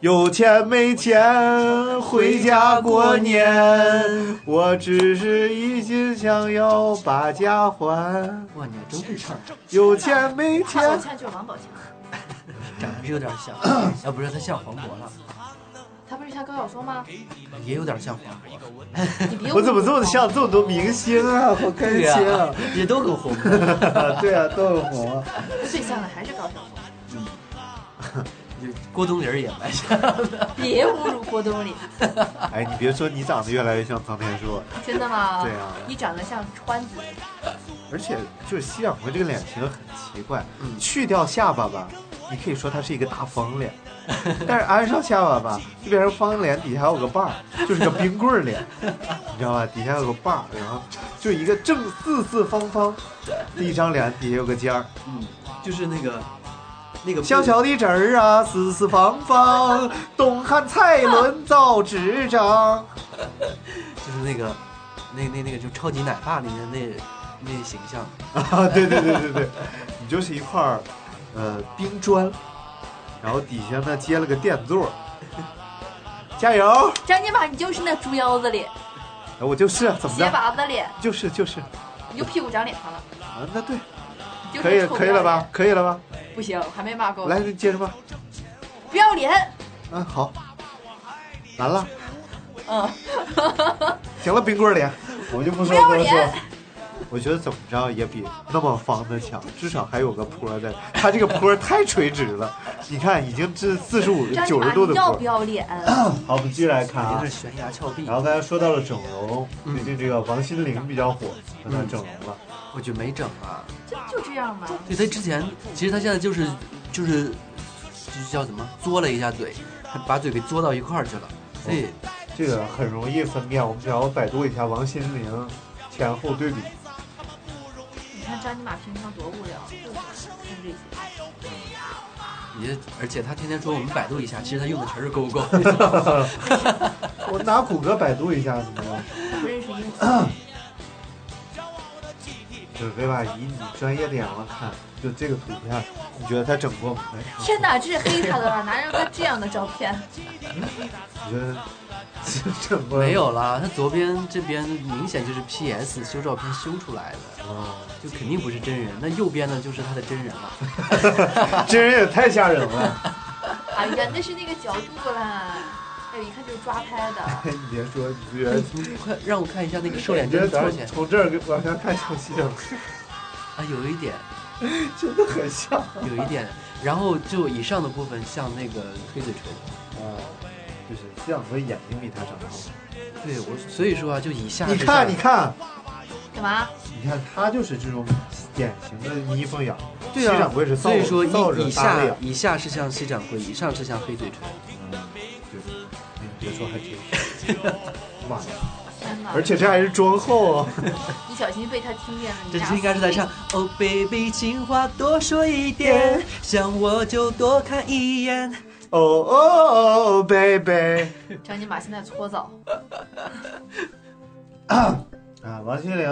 Speaker 1: 有钱没钱回家过年，我只是一心想要把家还。
Speaker 4: 哇，你还真会唱，
Speaker 1: 有钱没
Speaker 3: 他偶
Speaker 1: 钱，
Speaker 3: 像就是王宝强，
Speaker 4: 长得还是有点 *coughs* 像，要不是他像黄渤了，
Speaker 3: 他不是像高晓松
Speaker 1: *laughs*
Speaker 3: 吗？
Speaker 4: 也有点像黄渤，
Speaker 3: 你别
Speaker 1: 哎我怎么这么像这么多明星 *laughs* 啊？好开
Speaker 4: 对
Speaker 1: 心
Speaker 4: 呀、
Speaker 1: 啊！
Speaker 4: 也都很红的， *laughs*
Speaker 1: *laughs* 对啊，都很红 *laughs* 啊。
Speaker 3: 最像的还是高晓松，
Speaker 4: 郭冬临儿也蛮像 *laughs* 的，
Speaker 3: 别侮辱郭冬
Speaker 1: *laughs*
Speaker 3: 临，
Speaker 1: 哎，你别说，你长得越来越像苍天硕，
Speaker 3: 真的吗？
Speaker 1: 对啊
Speaker 3: 你长得像川子，
Speaker 1: 而且就是西掌柜这个脸型很奇怪，
Speaker 4: 嗯
Speaker 1: 去掉下巴吧，你可以说他是一个大方 *laughs* 脸，但是安上下巴吧，就变成方脸，底下有个把儿，就是个冰棍儿 *laughs* 脸，你知道吧？底下有个把儿，然后就一个正四四方方的一张脸，底下有个尖儿，
Speaker 4: 嗯，就是那个那个
Speaker 1: 小小的侄儿啊，四四方方，东汉蔡伦造纸张。
Speaker 4: 就是那个那那那个就超级奶爸里面那那形象，
Speaker 1: 啊， *laughs* 对对对对对，你就是一块儿，呃，冰砖，然后底下呢接了个电座儿， *laughs* 加油！
Speaker 3: 张金马，你就是那猪腰子脸、
Speaker 1: 我就是啊怎么
Speaker 3: 鞋
Speaker 1: 着，
Speaker 3: 拔子的脸，
Speaker 1: 就是就是
Speaker 3: 你就屁股长脸上了，
Speaker 1: 啊，那对，
Speaker 3: 你就是
Speaker 1: 可以
Speaker 3: 臭哦
Speaker 1: 可以了
Speaker 3: 不要
Speaker 1: 吧
Speaker 3: 脸？？
Speaker 1: 可以了吧？
Speaker 3: 不行，我还没骂够。
Speaker 1: 来，你接着吧。
Speaker 3: 不要脸，
Speaker 1: 嗯，好，完了，
Speaker 3: 嗯，
Speaker 1: 行了，冰棍儿脸，我就不说
Speaker 3: 不要
Speaker 1: 多
Speaker 3: 脸
Speaker 1: 说。我觉得怎么着也比那么方的强，至少还有个坡儿在。它这个坡儿太垂直了，你看已经是四十五
Speaker 3: 张金
Speaker 1: 九十
Speaker 3: 马，
Speaker 1: 度的
Speaker 3: 你
Speaker 1: 坡
Speaker 3: 要
Speaker 1: 儿
Speaker 3: 不。要脸？
Speaker 1: 好，我们继续来看
Speaker 4: 肯
Speaker 1: 啊
Speaker 4: 定是。悬崖峭壁
Speaker 1: 然。后刚才说到了整容，
Speaker 4: 嗯
Speaker 1: 最近这个王心凌比较火，她
Speaker 4: 嗯
Speaker 1: 整容了。
Speaker 4: 我觉得没整啊，
Speaker 3: 就就这样吧。
Speaker 4: 对他之前，其实他现在就是就是就是叫什么，嘬了一下嘴，他把嘴给嘬到一块儿去了。所以
Speaker 1: 这个很容易分辨，我们只要百度一下王心凌前后对比，
Speaker 3: 你看张金马平常多无聊，就是看这些。
Speaker 4: 你，而且他天天说我们百度一下，其实他用的全是
Speaker 1: *laughs*
Speaker 4: Google，你知道吗
Speaker 1: 我拿谷歌百度一下怎么了？
Speaker 3: 不认识英文，
Speaker 1: 准备吧，以你专业的眼光看，就这个图片，你觉得她整过吗？
Speaker 3: 天哪，这是黑他的吧？哪有个这样的照片？
Speaker 1: 你觉得 *laughs* 整过吗
Speaker 4: 没？有啦，他左边这边明显就是 PS 修照片修出来的，
Speaker 1: 啊，
Speaker 4: 就肯定不是真人。那右边呢，就是他的真人
Speaker 1: *laughs*
Speaker 4: 了。
Speaker 1: 真人也太吓人了！
Speaker 3: 哎呀，那是那个角度啦，哎呦，一看就是抓拍的。
Speaker 1: 你别说，你不觉得？
Speaker 4: 你快让我看一下那个瘦脸
Speaker 1: 你觉
Speaker 4: 真
Speaker 1: 得
Speaker 4: 凑
Speaker 1: 咱
Speaker 4: 钱
Speaker 1: 从这儿往下看像不像？
Speaker 4: 啊，有一点，
Speaker 1: 真的很像啊！
Speaker 4: 有一点。然后就以上的部分像那个黑嘴唇。
Speaker 1: 就是这样，所以眼睛比她长得好。
Speaker 4: 对我，所以说啊，就以下
Speaker 1: 你
Speaker 4: 至
Speaker 1: 看，
Speaker 4: 上
Speaker 1: 你看，
Speaker 3: 干嘛？
Speaker 1: 你看，他就是这种典型的眯缝眼。
Speaker 4: 对啊
Speaker 1: 西掌柜是造
Speaker 4: 所以说
Speaker 1: 造
Speaker 4: 以
Speaker 1: 惹
Speaker 4: 以
Speaker 1: 大类
Speaker 4: 下
Speaker 1: 啊。
Speaker 4: 以下是像西掌柜，以上是像黑嘴唇。
Speaker 1: 嗯，对，你别说还真是，妈呀！
Speaker 3: 天哪！
Speaker 1: 而且这还是妆后啊。
Speaker 3: 你小心被他听见了，你
Speaker 4: 这
Speaker 3: 俩
Speaker 4: 应该是在唱。《Oh baby》，情话多说一点，想我就多看一眼。
Speaker 1: 哦哦哦，baby。
Speaker 3: 张金马现在搓澡，
Speaker 1: 啊，王心凌，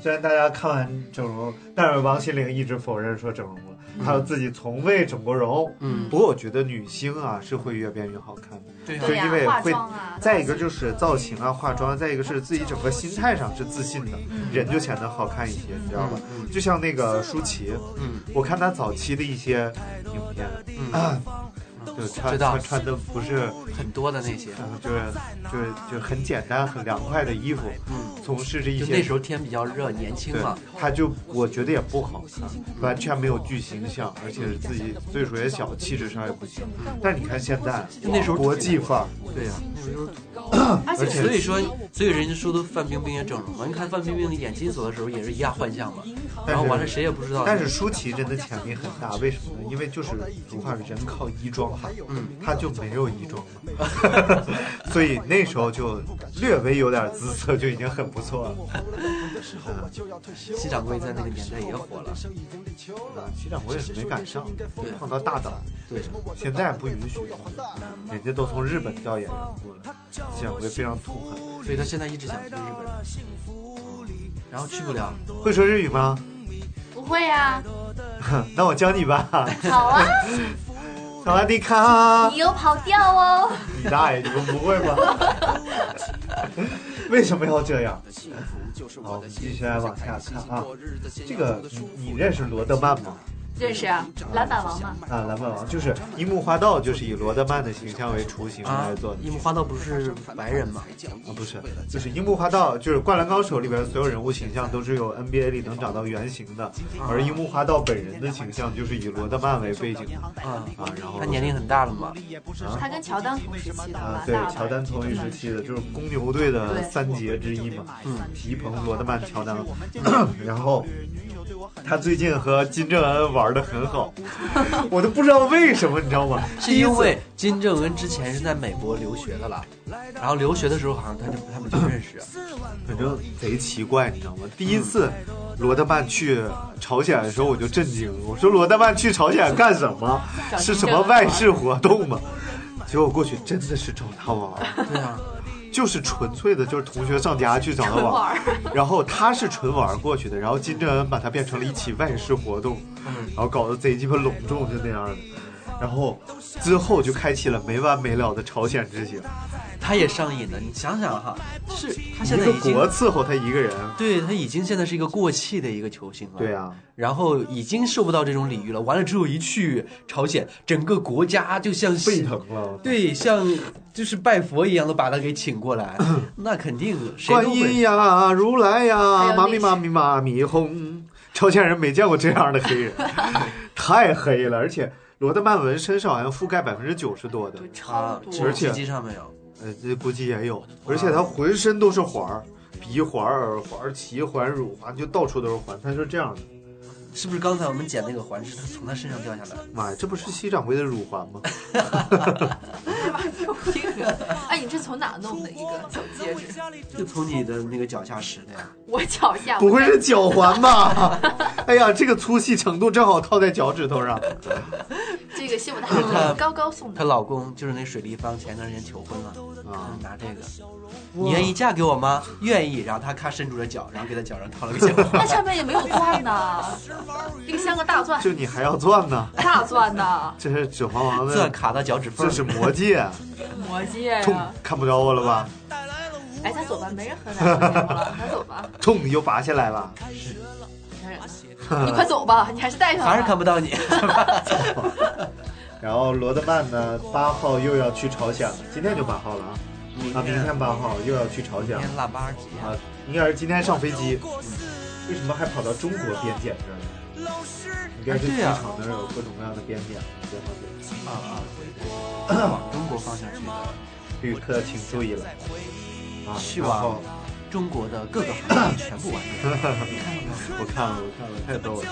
Speaker 1: 虽然大家看完整容，但是王心凌一直否认说整容了，她说自己从未整过容。
Speaker 4: 嗯，
Speaker 1: 不过我觉得女星啊是会越变越好看的，
Speaker 4: 对
Speaker 1: 就
Speaker 3: 对呀、啊
Speaker 1: 因为
Speaker 3: 化
Speaker 1: 会
Speaker 3: 妆啊，
Speaker 1: 再一个就是造型啊、化妆，再一个是自己整个心态上是自信的，人就显得好看一些，你知道吧？
Speaker 4: 嗯
Speaker 1: 就像那个舒淇，
Speaker 4: 嗯
Speaker 1: 我看她早期的一些影片，
Speaker 4: 嗯，
Speaker 1: 啊，就穿
Speaker 4: 知道
Speaker 1: 穿穿的不是，
Speaker 4: 很多的那些，
Speaker 1: 呃就是就是就是很简单、很凉快的衣服，
Speaker 4: 嗯，
Speaker 1: 从事着一
Speaker 4: 就
Speaker 1: 些
Speaker 4: 那时候天比较热，年轻
Speaker 1: 对
Speaker 4: 嘛，，
Speaker 1: 他就我觉得也不好看，完全没有剧形象，而且自己岁数也小，气质上也不行。但是你看现在，
Speaker 4: 就嗯那时候
Speaker 1: 国际范儿，
Speaker 4: 对呀、那时候就是
Speaker 3: 而
Speaker 1: 而且
Speaker 4: 所以说，所以人家说的范冰冰也整容嘛。你看范冰冰演金锁的时候也是一样幻象嘛，然后完了谁也不知道。
Speaker 1: 但是舒淇真的潜力很大，为什么呢？因为就是俗话，人靠衣装汉，
Speaker 4: 嗯，
Speaker 1: 他就没有衣装了，
Speaker 4: *laughs*
Speaker 1: 所以那时候就略微有点姿色就已经很不错了。
Speaker 4: 嗯西掌柜在那个年代也火了，
Speaker 1: 啊，其实我也是没赶上，
Speaker 4: 对
Speaker 1: 碰到大档，
Speaker 4: 对，
Speaker 1: 现在不允许，人家都从日本调演员过来，这样会非常痛恨。
Speaker 4: 所以他现在一直想去日本，然后去不了。
Speaker 1: 会说日语吗？
Speaker 3: 不会呀、
Speaker 1: 那我教你吧。
Speaker 3: 好啊，
Speaker 1: 萨瓦迪卡
Speaker 3: 你！又跑调哦。
Speaker 1: 啊你大爷，你们不会吗？ *laughs* 为什么要这样？好，我们继续来往下看啊。这个你你认识罗德曼吗？
Speaker 3: 认识啊，篮板王嘛，
Speaker 1: 啊，蓝曼王就是樱木花道，就是以罗德曼的形象为雏形
Speaker 4: 啊
Speaker 1: 来做的，。
Speaker 4: 樱木花道不是白人嘛？
Speaker 1: 啊，不是，就是樱木花道，就是《灌篮高手》里边所有人物形象都是有 NBA 里能找到原型的，而樱木花道本人的形象就是以罗德曼为背景的
Speaker 4: 啊，
Speaker 1: 啊，然后
Speaker 4: 他年龄很大了嘛，
Speaker 3: 他跟乔丹同时期的
Speaker 1: 啊
Speaker 3: 吧，，
Speaker 1: 对
Speaker 3: 大，
Speaker 1: 乔丹同一时期的，就是公牛队的三杰之一嘛，
Speaker 4: 嗯
Speaker 1: *clears throat* 皮蓬、罗德曼、乔丹，然后
Speaker 7: 对我很
Speaker 1: 他最近和金正恩玩的很好，我都不知道为什么，你知道吗？
Speaker 4: 是因为金正恩之前是在美国留学的啦，然后留学的时候好像他就他们就认识，
Speaker 1: 反正贼奇怪，你知道吗？第一次罗德曼去朝鲜的时候，我就震惊，我说罗德曼去朝鲜干什么？
Speaker 3: 找
Speaker 1: 是
Speaker 3: 金
Speaker 1: 什
Speaker 3: 正
Speaker 1: 么
Speaker 3: 恩
Speaker 1: 外事活动吗？结果过去真的是找他玩儿，
Speaker 4: 对啊，
Speaker 1: 就是纯粹的，就是同学上家去找
Speaker 3: *laughs*
Speaker 1: 他
Speaker 3: 纯
Speaker 1: 玩
Speaker 3: 玩
Speaker 1: 儿，然后他是纯玩儿过去的，然后金正恩把它变成了一起外事活动，
Speaker 4: 嗯
Speaker 1: 然后搞得贼鸡巴隆重，就那样的。然后之后就开启了没完没了的朝鲜之行，
Speaker 4: 他也上瘾了。你想想哈，就是他现
Speaker 1: 一
Speaker 4: 在
Speaker 1: 个
Speaker 4: 已经
Speaker 1: 国伺候他一个人，
Speaker 4: 对他已经现在是一个过气的一个球星了。
Speaker 1: 对啊，
Speaker 4: 然后已经受不到这种礼遇了。完了之后一去朝鲜，整个国家就像
Speaker 1: 沸腾了。
Speaker 4: 对，像就是拜佛一样的把他给请过
Speaker 1: *laughs*
Speaker 4: 来，那肯定谁
Speaker 1: 观
Speaker 4: 都
Speaker 1: 音
Speaker 4: 会。
Speaker 1: 呀，如来
Speaker 3: 还
Speaker 1: 呀，
Speaker 3: 有
Speaker 1: 妈咪
Speaker 3: 历史
Speaker 1: 妈咪妈咪哄，朝鲜人没见过这样的黑
Speaker 4: *laughs*
Speaker 1: 人，太黑了，而且罗德曼纹身上好像覆盖百分之九十多的，
Speaker 3: 对，超
Speaker 4: 啊，
Speaker 3: 多
Speaker 4: 只。
Speaker 1: 而
Speaker 4: 有
Speaker 1: 且
Speaker 4: 鸡鸡上没有，
Speaker 1: 呃，这估计也有，而且他浑身都是环儿，鼻环儿、耳环儿、脐环、乳环，就到处都是环，他是这样的。
Speaker 4: 是不是刚才我们捡那个环是他从他身上掉下来的？
Speaker 1: 妈呀，这不是西掌柜的乳环吗？
Speaker 3: *laughs* 这个，哎，你这从哪弄的一个小戒指？
Speaker 4: 就从你的那个脚下拾的呀？
Speaker 3: 我脚下，
Speaker 1: 不会是脚环吧？ *laughs* 哎呀，这个粗细程度正好套在脚趾头上。
Speaker 3: 这个是我的好朋友高高送
Speaker 4: 她
Speaker 3: 的，
Speaker 4: 老公就是那水立方，前段时间求婚了，
Speaker 1: 啊
Speaker 4: 嗯，拿这个，你愿意嫁给我吗？愿意。然后他咔伸出了脚，然后给他脚上套了个脚 *laughs*
Speaker 3: 那
Speaker 4: 环。
Speaker 3: 上面也没有钻呢，一个镶个大钻，
Speaker 1: 这你还要钻呢？
Speaker 3: 大钻呢，
Speaker 1: 这是《指环王》
Speaker 4: 钻
Speaker 1: 的，
Speaker 4: 卡到脚趾缝
Speaker 1: 这
Speaker 4: 儿，
Speaker 1: 是魔戒，
Speaker 3: *laughs* 魔戒呀、
Speaker 1: 冲看不着我了吧？
Speaker 3: 哎，咱走吧，没人喝咱们节目了，咱走吧，
Speaker 1: 冲你又拔下来了。
Speaker 3: 你看人呢
Speaker 1: *laughs*
Speaker 3: 你快走吧，你还是带上
Speaker 4: *laughs*
Speaker 3: 吧。
Speaker 4: 还是看不 *laughs* 到你。
Speaker 1: 然后罗德曼呢，八号又要去朝鲜了，今天就八号了啊啊，明天八号又要去朝
Speaker 4: 明
Speaker 1: 鲜了
Speaker 4: 天腊八节，
Speaker 1: 啊，应该是今天上飞机。为什么还跑到中国边检这儿呢？应该是机场那儿有各种各样的边检，边防检。
Speaker 4: 啊啊，对对，往中国方向去的，
Speaker 1: 旅客请注意了啊！
Speaker 4: 去
Speaker 1: 然后
Speaker 4: 往中国的各个方向全部玩 *laughs* 遍。你看了吗？
Speaker 1: 我看了，我看了，太逗了。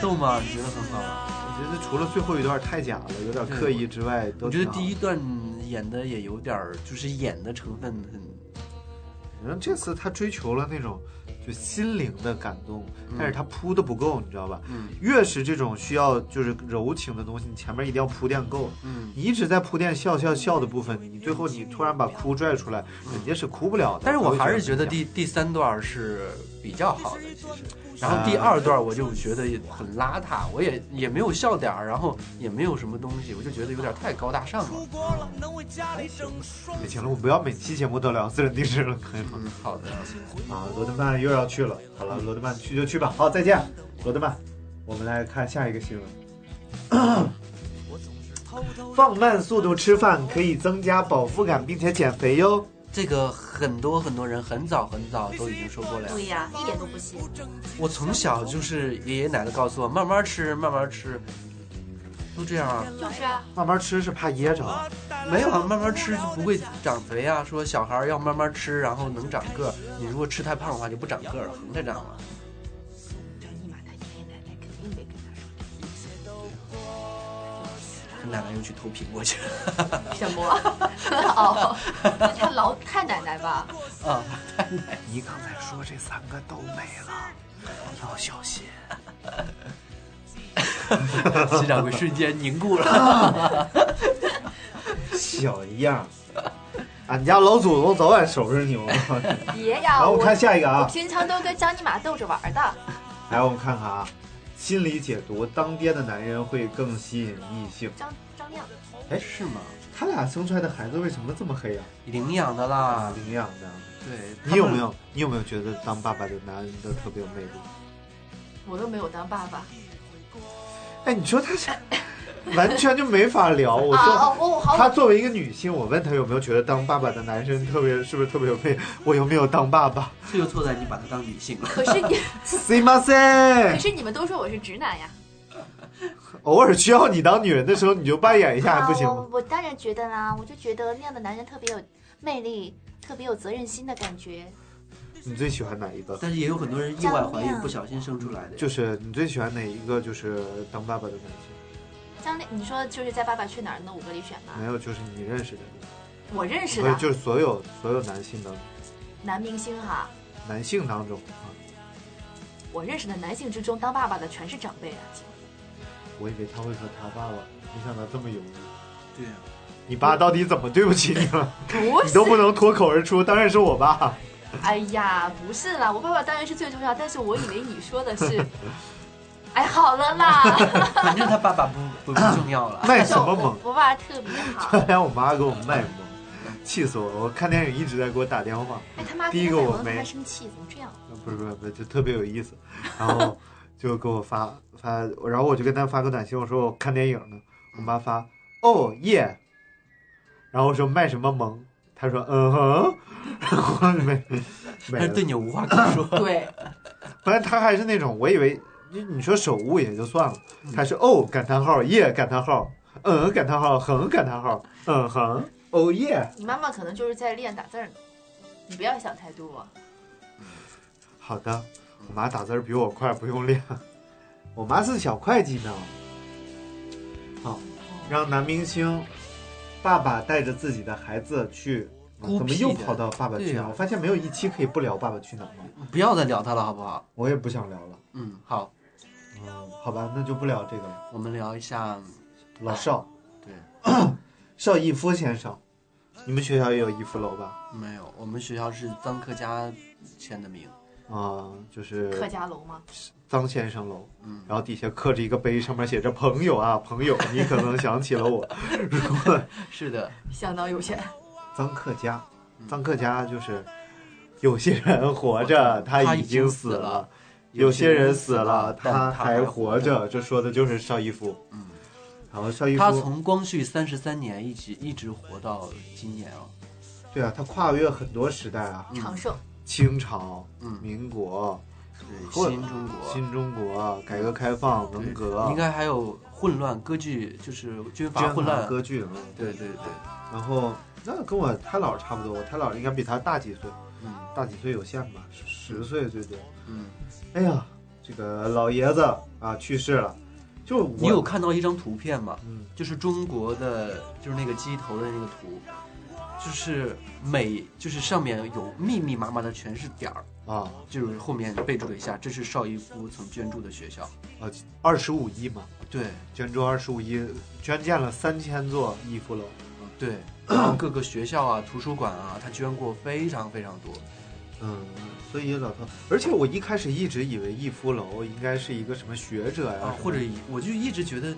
Speaker 4: 逗吗？你觉得很好吗？
Speaker 1: 我觉得除了最后一段太假了，有点刻意之外，都
Speaker 4: 我觉得
Speaker 1: 挺好
Speaker 4: 第一段演的也有点儿，就是演的成分很
Speaker 1: 然后这次他追求了那种就心灵的感动，但是他铺的不够，你知道吧？
Speaker 4: 嗯
Speaker 1: 越是这种需要就是柔情的东西，你前面一定要铺垫够。
Speaker 4: 嗯。
Speaker 1: 你一直在铺垫笑笑笑的部分，你最后你突然把哭拽出来，人家是哭不了的。
Speaker 4: 但是我还是觉得
Speaker 1: 第
Speaker 4: 第第三段是比较好的，其实。然后第二段我就觉得很邋遢，我也也没有笑点儿，然后也没有什么东西，我就觉得有点太高大上了。
Speaker 1: 行了，我们不要每期节目都聊私人定制了，可以吗？
Speaker 4: 嗯，好的，嗯
Speaker 1: 啊，罗德曼又要去了，好了，罗德曼去就去吧，好，再见，罗德曼。我们来看下一个新闻。放慢速度吃饭可以增加饱腹感，并且减肥哟。
Speaker 4: 这个很多很多人很早很早都已经说过了呀。
Speaker 3: 对呀、一点都不信。
Speaker 4: 我从小就是爷爷奶奶告诉我，慢慢吃，慢慢吃，都这样啊。
Speaker 3: 就是啊，
Speaker 1: 慢慢吃是怕噎着啊，
Speaker 4: 没有啊，慢慢吃就不会长肥啊。说小孩儿要慢慢吃，然后能长个儿。你如果吃太胖的话，就不长个儿了，横着长了。
Speaker 3: 你妈他爷爷奶奶肯定没跟他说
Speaker 4: 他奶奶又去偷苹果去了。
Speaker 3: 什么。 *laughs* 哦，那他老太奶奶吧？
Speaker 4: 啊，太奶奶
Speaker 1: 你刚才说这三个都没了，要小
Speaker 4: *laughs*
Speaker 1: 心。
Speaker 4: 机长会瞬间凝固了。
Speaker 1: 小样儿，俺家老祖宗早晚收拾你！我告诉你。
Speaker 3: 别呀，
Speaker 1: 来，我
Speaker 3: 我
Speaker 1: 们看下一个
Speaker 3: 我
Speaker 1: 啊，
Speaker 3: 平常都跟张尼玛逗着玩儿的。
Speaker 1: 来，我们看看啊，心理解读，当爹的男人会更吸引异性。
Speaker 3: 张张亮，
Speaker 1: 哎
Speaker 4: 是吗？
Speaker 1: 他俩生出来的孩子为什么这么黑啊？
Speaker 4: 领养的啦，
Speaker 1: 领养的。
Speaker 4: 对。
Speaker 1: 你有没？有？你有没有觉得当爸爸的男人都特别有魅力？
Speaker 3: 我又没有当爸爸。
Speaker 1: 哎，你说他是完全就没法聊。我
Speaker 3: 啊
Speaker 1: 说、
Speaker 3: 哦哦，好
Speaker 1: 她作为一个女性，我问她有没有觉得当爸爸的男生特别是不是特别有魅？ *laughs* 我有没有当爸爸
Speaker 4: 这就错在你把他当女性了。
Speaker 3: 可是
Speaker 1: *laughs*
Speaker 3: 你，
Speaker 1: ？C 吗
Speaker 3: 可
Speaker 1: C？
Speaker 3: 是你们都说我是直男呀。
Speaker 1: 偶尔需要你当女人的时候，你就扮演一下还不行
Speaker 8: 啊
Speaker 1: 吗？
Speaker 8: 我我当然觉得啦，我就觉得那样的男人特别有魅力，特别有责任心的感觉。
Speaker 1: 你最喜欢哪一个？
Speaker 4: 但是也有很多人意外怀孕不小心生出来的，
Speaker 1: 就是你最喜欢哪一个？就是当爸爸的感觉？
Speaker 3: 张力，你说就是在《爸爸去哪儿》那五个里选吧，
Speaker 1: 没有，就是你认识的人，
Speaker 3: 我认识
Speaker 1: 不嗯是，就
Speaker 3: 啊的
Speaker 1: 是所有所有男性当
Speaker 3: 男明星哈，
Speaker 1: 男性当中啊，
Speaker 3: 我认识的男性之中当爸爸的全是长
Speaker 1: *laughs*
Speaker 3: 辈啊。
Speaker 1: 我以为他会说他爸爸，没想到这么犹豫。
Speaker 4: 对啊呀、
Speaker 1: 你爸到底怎么对不起你了？
Speaker 3: 不
Speaker 1: 你
Speaker 3: 是
Speaker 1: 都，不能脱口而出，当然是我爸。
Speaker 3: 哎呀，不是啦，我爸爸当然是最重要，但是我以为你说的
Speaker 1: *laughs*
Speaker 3: 是，哎，好了啦，
Speaker 4: *laughs* 反正他爸爸不不不重要了。
Speaker 1: 卖什
Speaker 3: 就
Speaker 1: 么
Speaker 3: 我
Speaker 1: *laughs* 萌？
Speaker 3: 我爸特别好，
Speaker 1: 后来我妈给我卖萌，气死我了！我看电影一直在给我打电话，
Speaker 3: 哎，他妈
Speaker 1: 第一个
Speaker 3: 跟
Speaker 1: 我
Speaker 3: 他
Speaker 1: 没
Speaker 3: 还生气，怎么这样？啊
Speaker 1: 不是不是不是，就特别有意思，然后就给我发发，然后我就跟她发个短信，我说我看电影呢，我妈发哦耶，然后我说卖什么萌，她说嗯哼， *laughs* 然后没没
Speaker 4: 但是
Speaker 1: 了
Speaker 4: 哎对，你无话可说， *laughs*
Speaker 3: 对，
Speaker 1: 反正她还是那种，我以为你你说手误也就算了，她是哦感叹号耶感叹号，嗯感叹号哼感叹号，嗯哼哦耶，
Speaker 3: 你妈妈可能就是在练打字儿呢，你不要想太多。
Speaker 1: 好的，我妈打字儿比我快，不用练，我妈是小会计呢。让男明星爸爸带着自己的孩子去，啊
Speaker 4: 孤僻
Speaker 1: 怎么又跑到《爸爸去
Speaker 4: 对
Speaker 1: 哪儿》
Speaker 4: 呀
Speaker 1: 我发现没有一期可以不聊《爸爸去哪儿》了，
Speaker 4: 不要再聊他了，好不好？
Speaker 1: 我也不想聊了。
Speaker 4: 嗯，好，
Speaker 1: 嗯，好吧，那就不聊这个了。
Speaker 4: 我们聊一下。
Speaker 1: 老邵，
Speaker 4: 对，
Speaker 1: *clears throat* 邵逸夫先生，你们学校也有逸夫楼吧？
Speaker 4: 没有，我们学校是臧克家签的名。
Speaker 1: 啊、就是
Speaker 3: 客家楼吗？
Speaker 1: 张先生楼，
Speaker 4: 嗯，
Speaker 1: 然后底下刻着一个碑，上面写着“朋友啊，朋友，你可能想起了我”。如果 *laughs*
Speaker 4: 是的，
Speaker 3: 相当有钱，
Speaker 1: 臧克家，
Speaker 4: 嗯
Speaker 1: 臧克家就是有些人活着，他已经死了；有些人死了，他还活。着。这说的就是邵逸夫。
Speaker 4: 嗯，
Speaker 1: 然后邵逸
Speaker 4: 他
Speaker 1: 夫，
Speaker 4: 从光绪三十三年一直一直活到今年了。
Speaker 1: 对啊，他跨越很多时代啊，
Speaker 4: 嗯
Speaker 3: 长寿。
Speaker 1: 清朝、
Speaker 4: 嗯，
Speaker 1: 民国、
Speaker 4: 对，
Speaker 1: 或
Speaker 4: 新中国，
Speaker 1: 新中国、改革开放、文革、
Speaker 4: 应该还有混乱割据，就是军阀
Speaker 1: 军
Speaker 4: 混
Speaker 1: 阀
Speaker 4: 乱。
Speaker 1: 割据啊。
Speaker 4: 对对对，
Speaker 1: 然后那跟我太姥差不多，我太姥应该比他大几岁，
Speaker 4: 嗯
Speaker 1: 大几岁有限吧，十十岁最多。
Speaker 4: 嗯，
Speaker 1: 哎呀，这个老爷子啊去世了，就我
Speaker 4: 你有看到一张图片吗？
Speaker 1: 嗯。
Speaker 4: 就是中国的，就是那个鸡头的那个图，就是每就是上面有密密麻麻的全是点儿，
Speaker 1: 啊，
Speaker 4: 就是后面备注了一下，这是邵逸夫曾捐助的学校。
Speaker 1: 二十五亿嘛，
Speaker 4: 对，
Speaker 1: 捐助二十五亿，捐建了三千座逸夫楼。
Speaker 4: 对，然后各个学校啊、图书馆啊，他捐过非常非常多。
Speaker 1: 嗯，所以老头，而且我一开始一直以为逸夫楼应该是一个什么学者呀、
Speaker 4: 啊，或者我就一直觉得，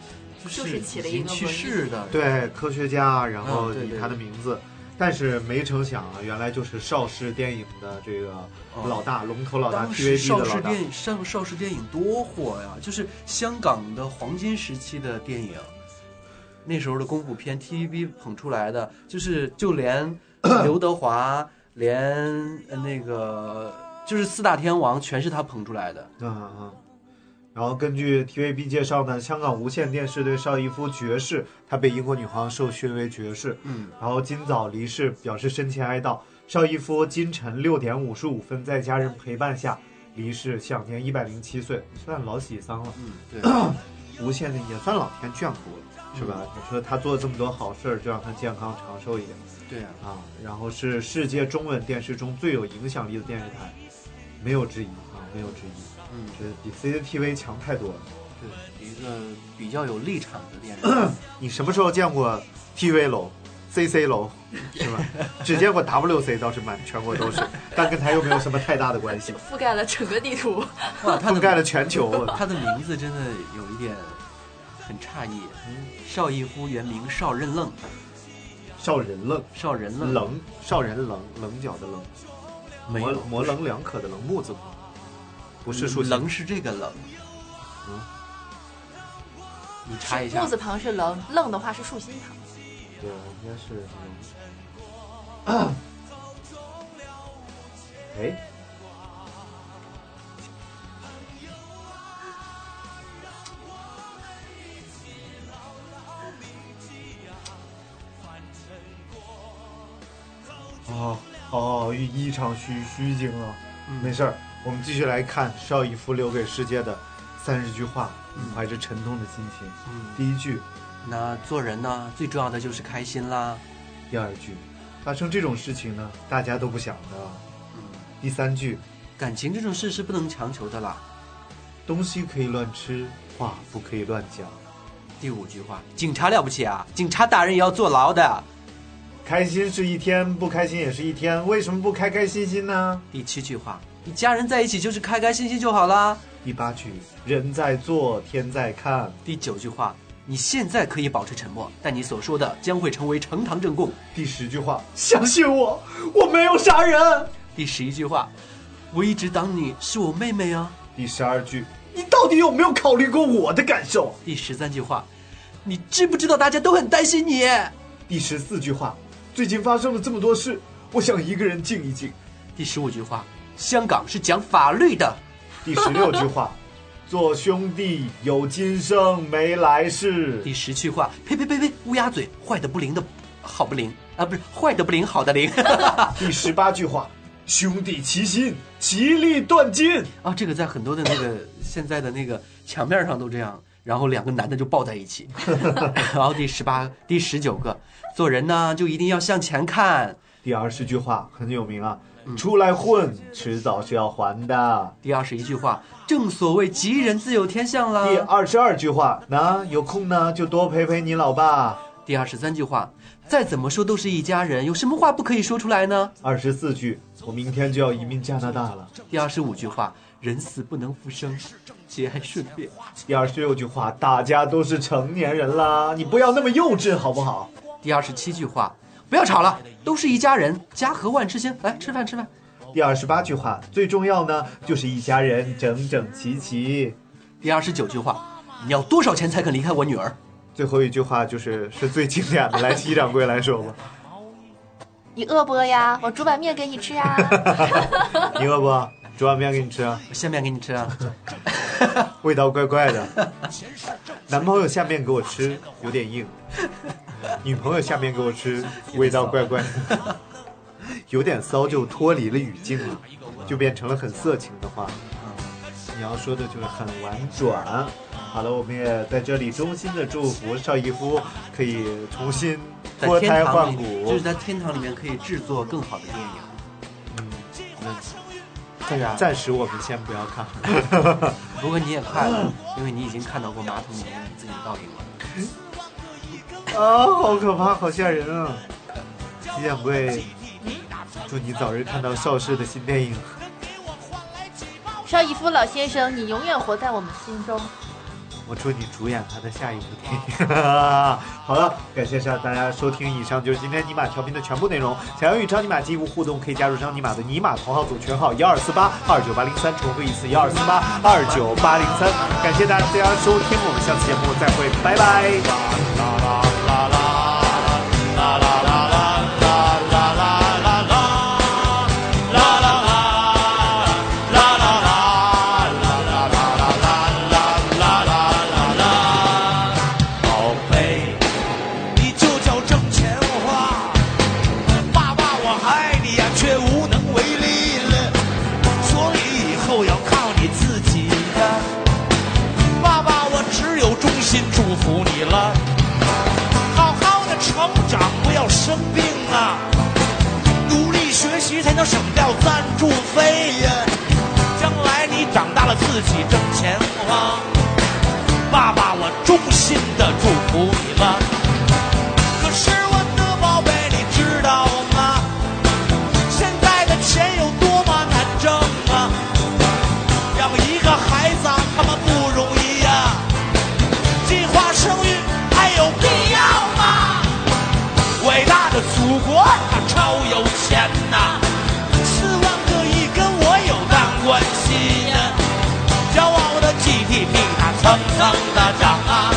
Speaker 4: 就
Speaker 3: 就是
Speaker 4: 已
Speaker 3: 起了一
Speaker 4: 经
Speaker 3: 个
Speaker 4: 去
Speaker 3: 文
Speaker 4: 世的，
Speaker 1: 对科学家，然后
Speaker 4: 嗯对
Speaker 1: 以
Speaker 4: 对
Speaker 1: 他的名字。但是没成想啊，原来就是邵氏电影的这个
Speaker 4: 嗯
Speaker 1: 老大，龙头老大
Speaker 4: 当时
Speaker 1: TVB
Speaker 4: 邵
Speaker 1: 的
Speaker 4: 氏
Speaker 1: 老大
Speaker 4: 电影上邵氏电影多火呀，就是香港的黄金时期的电影，那时候的功夫片 TVB 捧出来的，就是就
Speaker 1: *clears throat*
Speaker 4: 连刘德华，连呃那个就是四大天王全是他捧出来的。
Speaker 1: 嗯嗯嗯。然后根据 TVB 介绍呢，香港无线电视对邵逸夫爵士，他被英国女皇授勋为爵士。
Speaker 4: 嗯，
Speaker 1: 然后今早离世，表示深切哀悼。邵逸夫今晨六点五十五分，在家人陪伴下离世，享年一百零七岁，算老喜丧了。
Speaker 4: 嗯，对，
Speaker 1: 无限的也算老天眷顾了，是吧？你说他做了这么多好事儿，就让他健康长寿一点
Speaker 4: 对呀、
Speaker 1: 啊。然后是世界中文电视中最有影响力的电视台，没有之一啊，没有之一，
Speaker 4: 嗯，
Speaker 1: 这比 CCTV 强太多了。
Speaker 4: 对，一个比较有立场的电
Speaker 1: *clears throat*
Speaker 4: 影。
Speaker 1: 你什么时候见过 TV 楼、CC 楼，是吧？只见过 WC 倒是满全国都是，但跟它又没有什么太大的关系，
Speaker 3: 覆盖了整个地
Speaker 1: *laughs*
Speaker 3: 图，
Speaker 4: 哇，他
Speaker 1: 覆盖
Speaker 4: 的
Speaker 1: 了全球啊了。
Speaker 4: 他的名字真的有一点很诧异。嗯邵逸夫原名邵任愣，
Speaker 1: 少人愣，
Speaker 4: 邵仁愣，
Speaker 1: 棱少人棱，棱角的棱，
Speaker 4: 没
Speaker 1: 模
Speaker 4: 有
Speaker 1: 模棱两可的棱，木字旁，不是竖
Speaker 4: 冷
Speaker 1: 形。
Speaker 4: 是这个冷，
Speaker 1: 嗯
Speaker 4: 你查一下
Speaker 3: 木。字旁是棱，愣的话是竖心旁。
Speaker 1: 对，应该是棱。哎，啊，哦，异常虚虚惊啊！没事儿，我们继续来看邵逸夫留给世界的三十句话，怀着沉痛的心情。
Speaker 4: 嗯，
Speaker 1: 第一句，
Speaker 4: 那做人呢，最重要的就是开心啦。
Speaker 1: 第二句，发生这种事情呢，大家都不想的。
Speaker 4: 嗯，
Speaker 1: 第三句，
Speaker 4: 感情这种事是不能强求的啦。
Speaker 1: 东西可以乱吃，话不可以乱讲。
Speaker 4: 第五句话，警察了不起啊，警察打人也要坐牢的。
Speaker 1: 开心是一天，不开心也是一天，为什么不开开心心呢？
Speaker 4: 第七句话，一家人在一起就是开开心心就好啦。
Speaker 1: 第八句，人在做，天在看。
Speaker 4: 第九句话，你现在可以保持沉默，但你所说的将会成为呈堂证供。
Speaker 1: 第十句话，相信我，我没有杀人。
Speaker 4: 第十一句话，我一直当你是我妹妹啊。
Speaker 1: 第十二句，你到底有没有考虑过我的感受？
Speaker 4: 第十三句话，你知不知道大家都很担心你？
Speaker 1: 第十四句话，最近发生了这么多事，我想一个人静一静。
Speaker 4: 第十五句话，香港是讲法律的。
Speaker 1: 第十六句话，做兄弟有今生没来世。
Speaker 4: 第十句话，呸呸呸呸，乌鸦嘴，坏的不灵的，好不灵啊，不是坏的不灵，好的灵。 *laughs*
Speaker 1: 第十八句话，兄弟齐心，其利断金。
Speaker 4: 啊，这个在很多的那个现在的那个墙面上都这样，然后两个男的就抱在一起。 *laughs* 然后第十八、第十九个，做人呢就一定要向前看。
Speaker 1: 第二十句话很有名啊，出来混，迟早是要还的。
Speaker 4: 第二十一句话，正所谓吉人自有天相啦。
Speaker 1: 第二十二句话，那有空呢就多陪陪你老爸。
Speaker 4: 第二十三句话，再怎么说都是一家人，有什么话不可以说出来呢？
Speaker 1: 二十四句，我明天就要移民加拿大了。
Speaker 4: 第二十五句话，人死不能复生，节哀顺变。
Speaker 1: 第二十六句话，大家都是成年人啦，你不要那么幼稚好不好？
Speaker 4: 第二十七句话，不要吵了，都是一家人，家和万事兴。来吃饭，吃饭。
Speaker 1: 第二十八句话，最重要呢就是一家人整整齐齐。
Speaker 4: 第二十九句话，你要多少钱才肯离开我女儿？
Speaker 1: 最后一句话就是是最经典的，来西掌柜来说吧，
Speaker 3: 你饿不饿呀？我煮碗面给你吃啊呀。
Speaker 1: *laughs* 你饿不？煮碗面给你吃啊，
Speaker 4: 我下面给你吃啊。
Speaker 1: 味道怪怪的。男朋友下面给我吃，有点硬；女朋友下面给我吃，味道怪怪的，有点骚就脱离了语境了，就变成了很色情的话。你要说的就是很婉转。好了，我们也在这里衷心的祝福邵逸夫可以重新
Speaker 4: 在
Speaker 1: 脱
Speaker 4: 天
Speaker 1: 胎
Speaker 4: 堂
Speaker 1: 换
Speaker 4: 里
Speaker 1: 骨。
Speaker 4: 就是在天堂里面可以制作更好的电影。对呀、
Speaker 1: 嗯暂时我们先不要看。
Speaker 4: 不过你也快了，因为你已经看到过马桶里面你自己的倒影了。
Speaker 1: *laughs* 啊，好可怕，好吓人啊！李掌柜，祝你早日看到邵氏的新电影。
Speaker 3: 邵逸夫老先生，你永远活在我们心中。
Speaker 1: 我祝你主演他的下一部电影。 *laughs* 好了，感谢大家收听，以上就是今天尼玛调频的全部内容。想要与张尼玛进一步互动，可以加入张尼玛的尼玛同号组群号幺二四八二九八零三，重复一次幺二四八二九八零三。感谢大家收听，我们下次节目再会，拜拜。
Speaker 7: 宝贝，你就叫挣钱花。爸爸，我爱你呀，却无能为力了，所以以后要靠你自己呀。爸爸，我只有衷心祝福你了，好好的成长，不要生病啊，努力学习才能省掉赞助费呀。将来你长大了，自己挣钱花。爸爸，我衷心的祝福你了。可是我的宝贝，你知道吗？现在的钱有多么难挣啊！养一个孩子啊他妈不容易呀、计划生育还有必要吗？伟大的祖国它超有钱呐、四万个亿跟我有蛋关系呀、骄傲的 GDP 它蹭蹭的涨啊，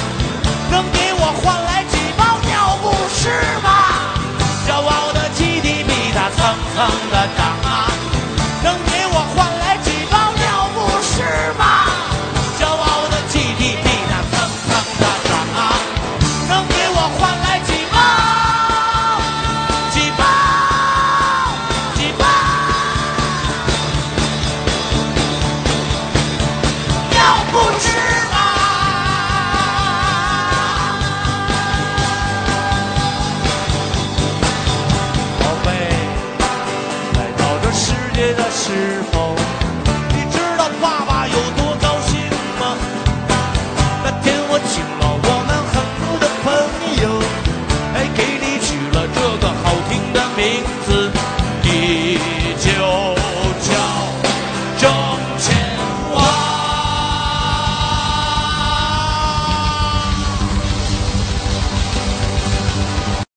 Speaker 7: 能给我换来几包尿不湿吗？骄傲的 GDP 它蹭蹭的涨啊，能给我换来几包尿不湿吗？骄傲的 GDP 它蹭蹭的涨啊，能给我换来几包？几包？几包？是否哎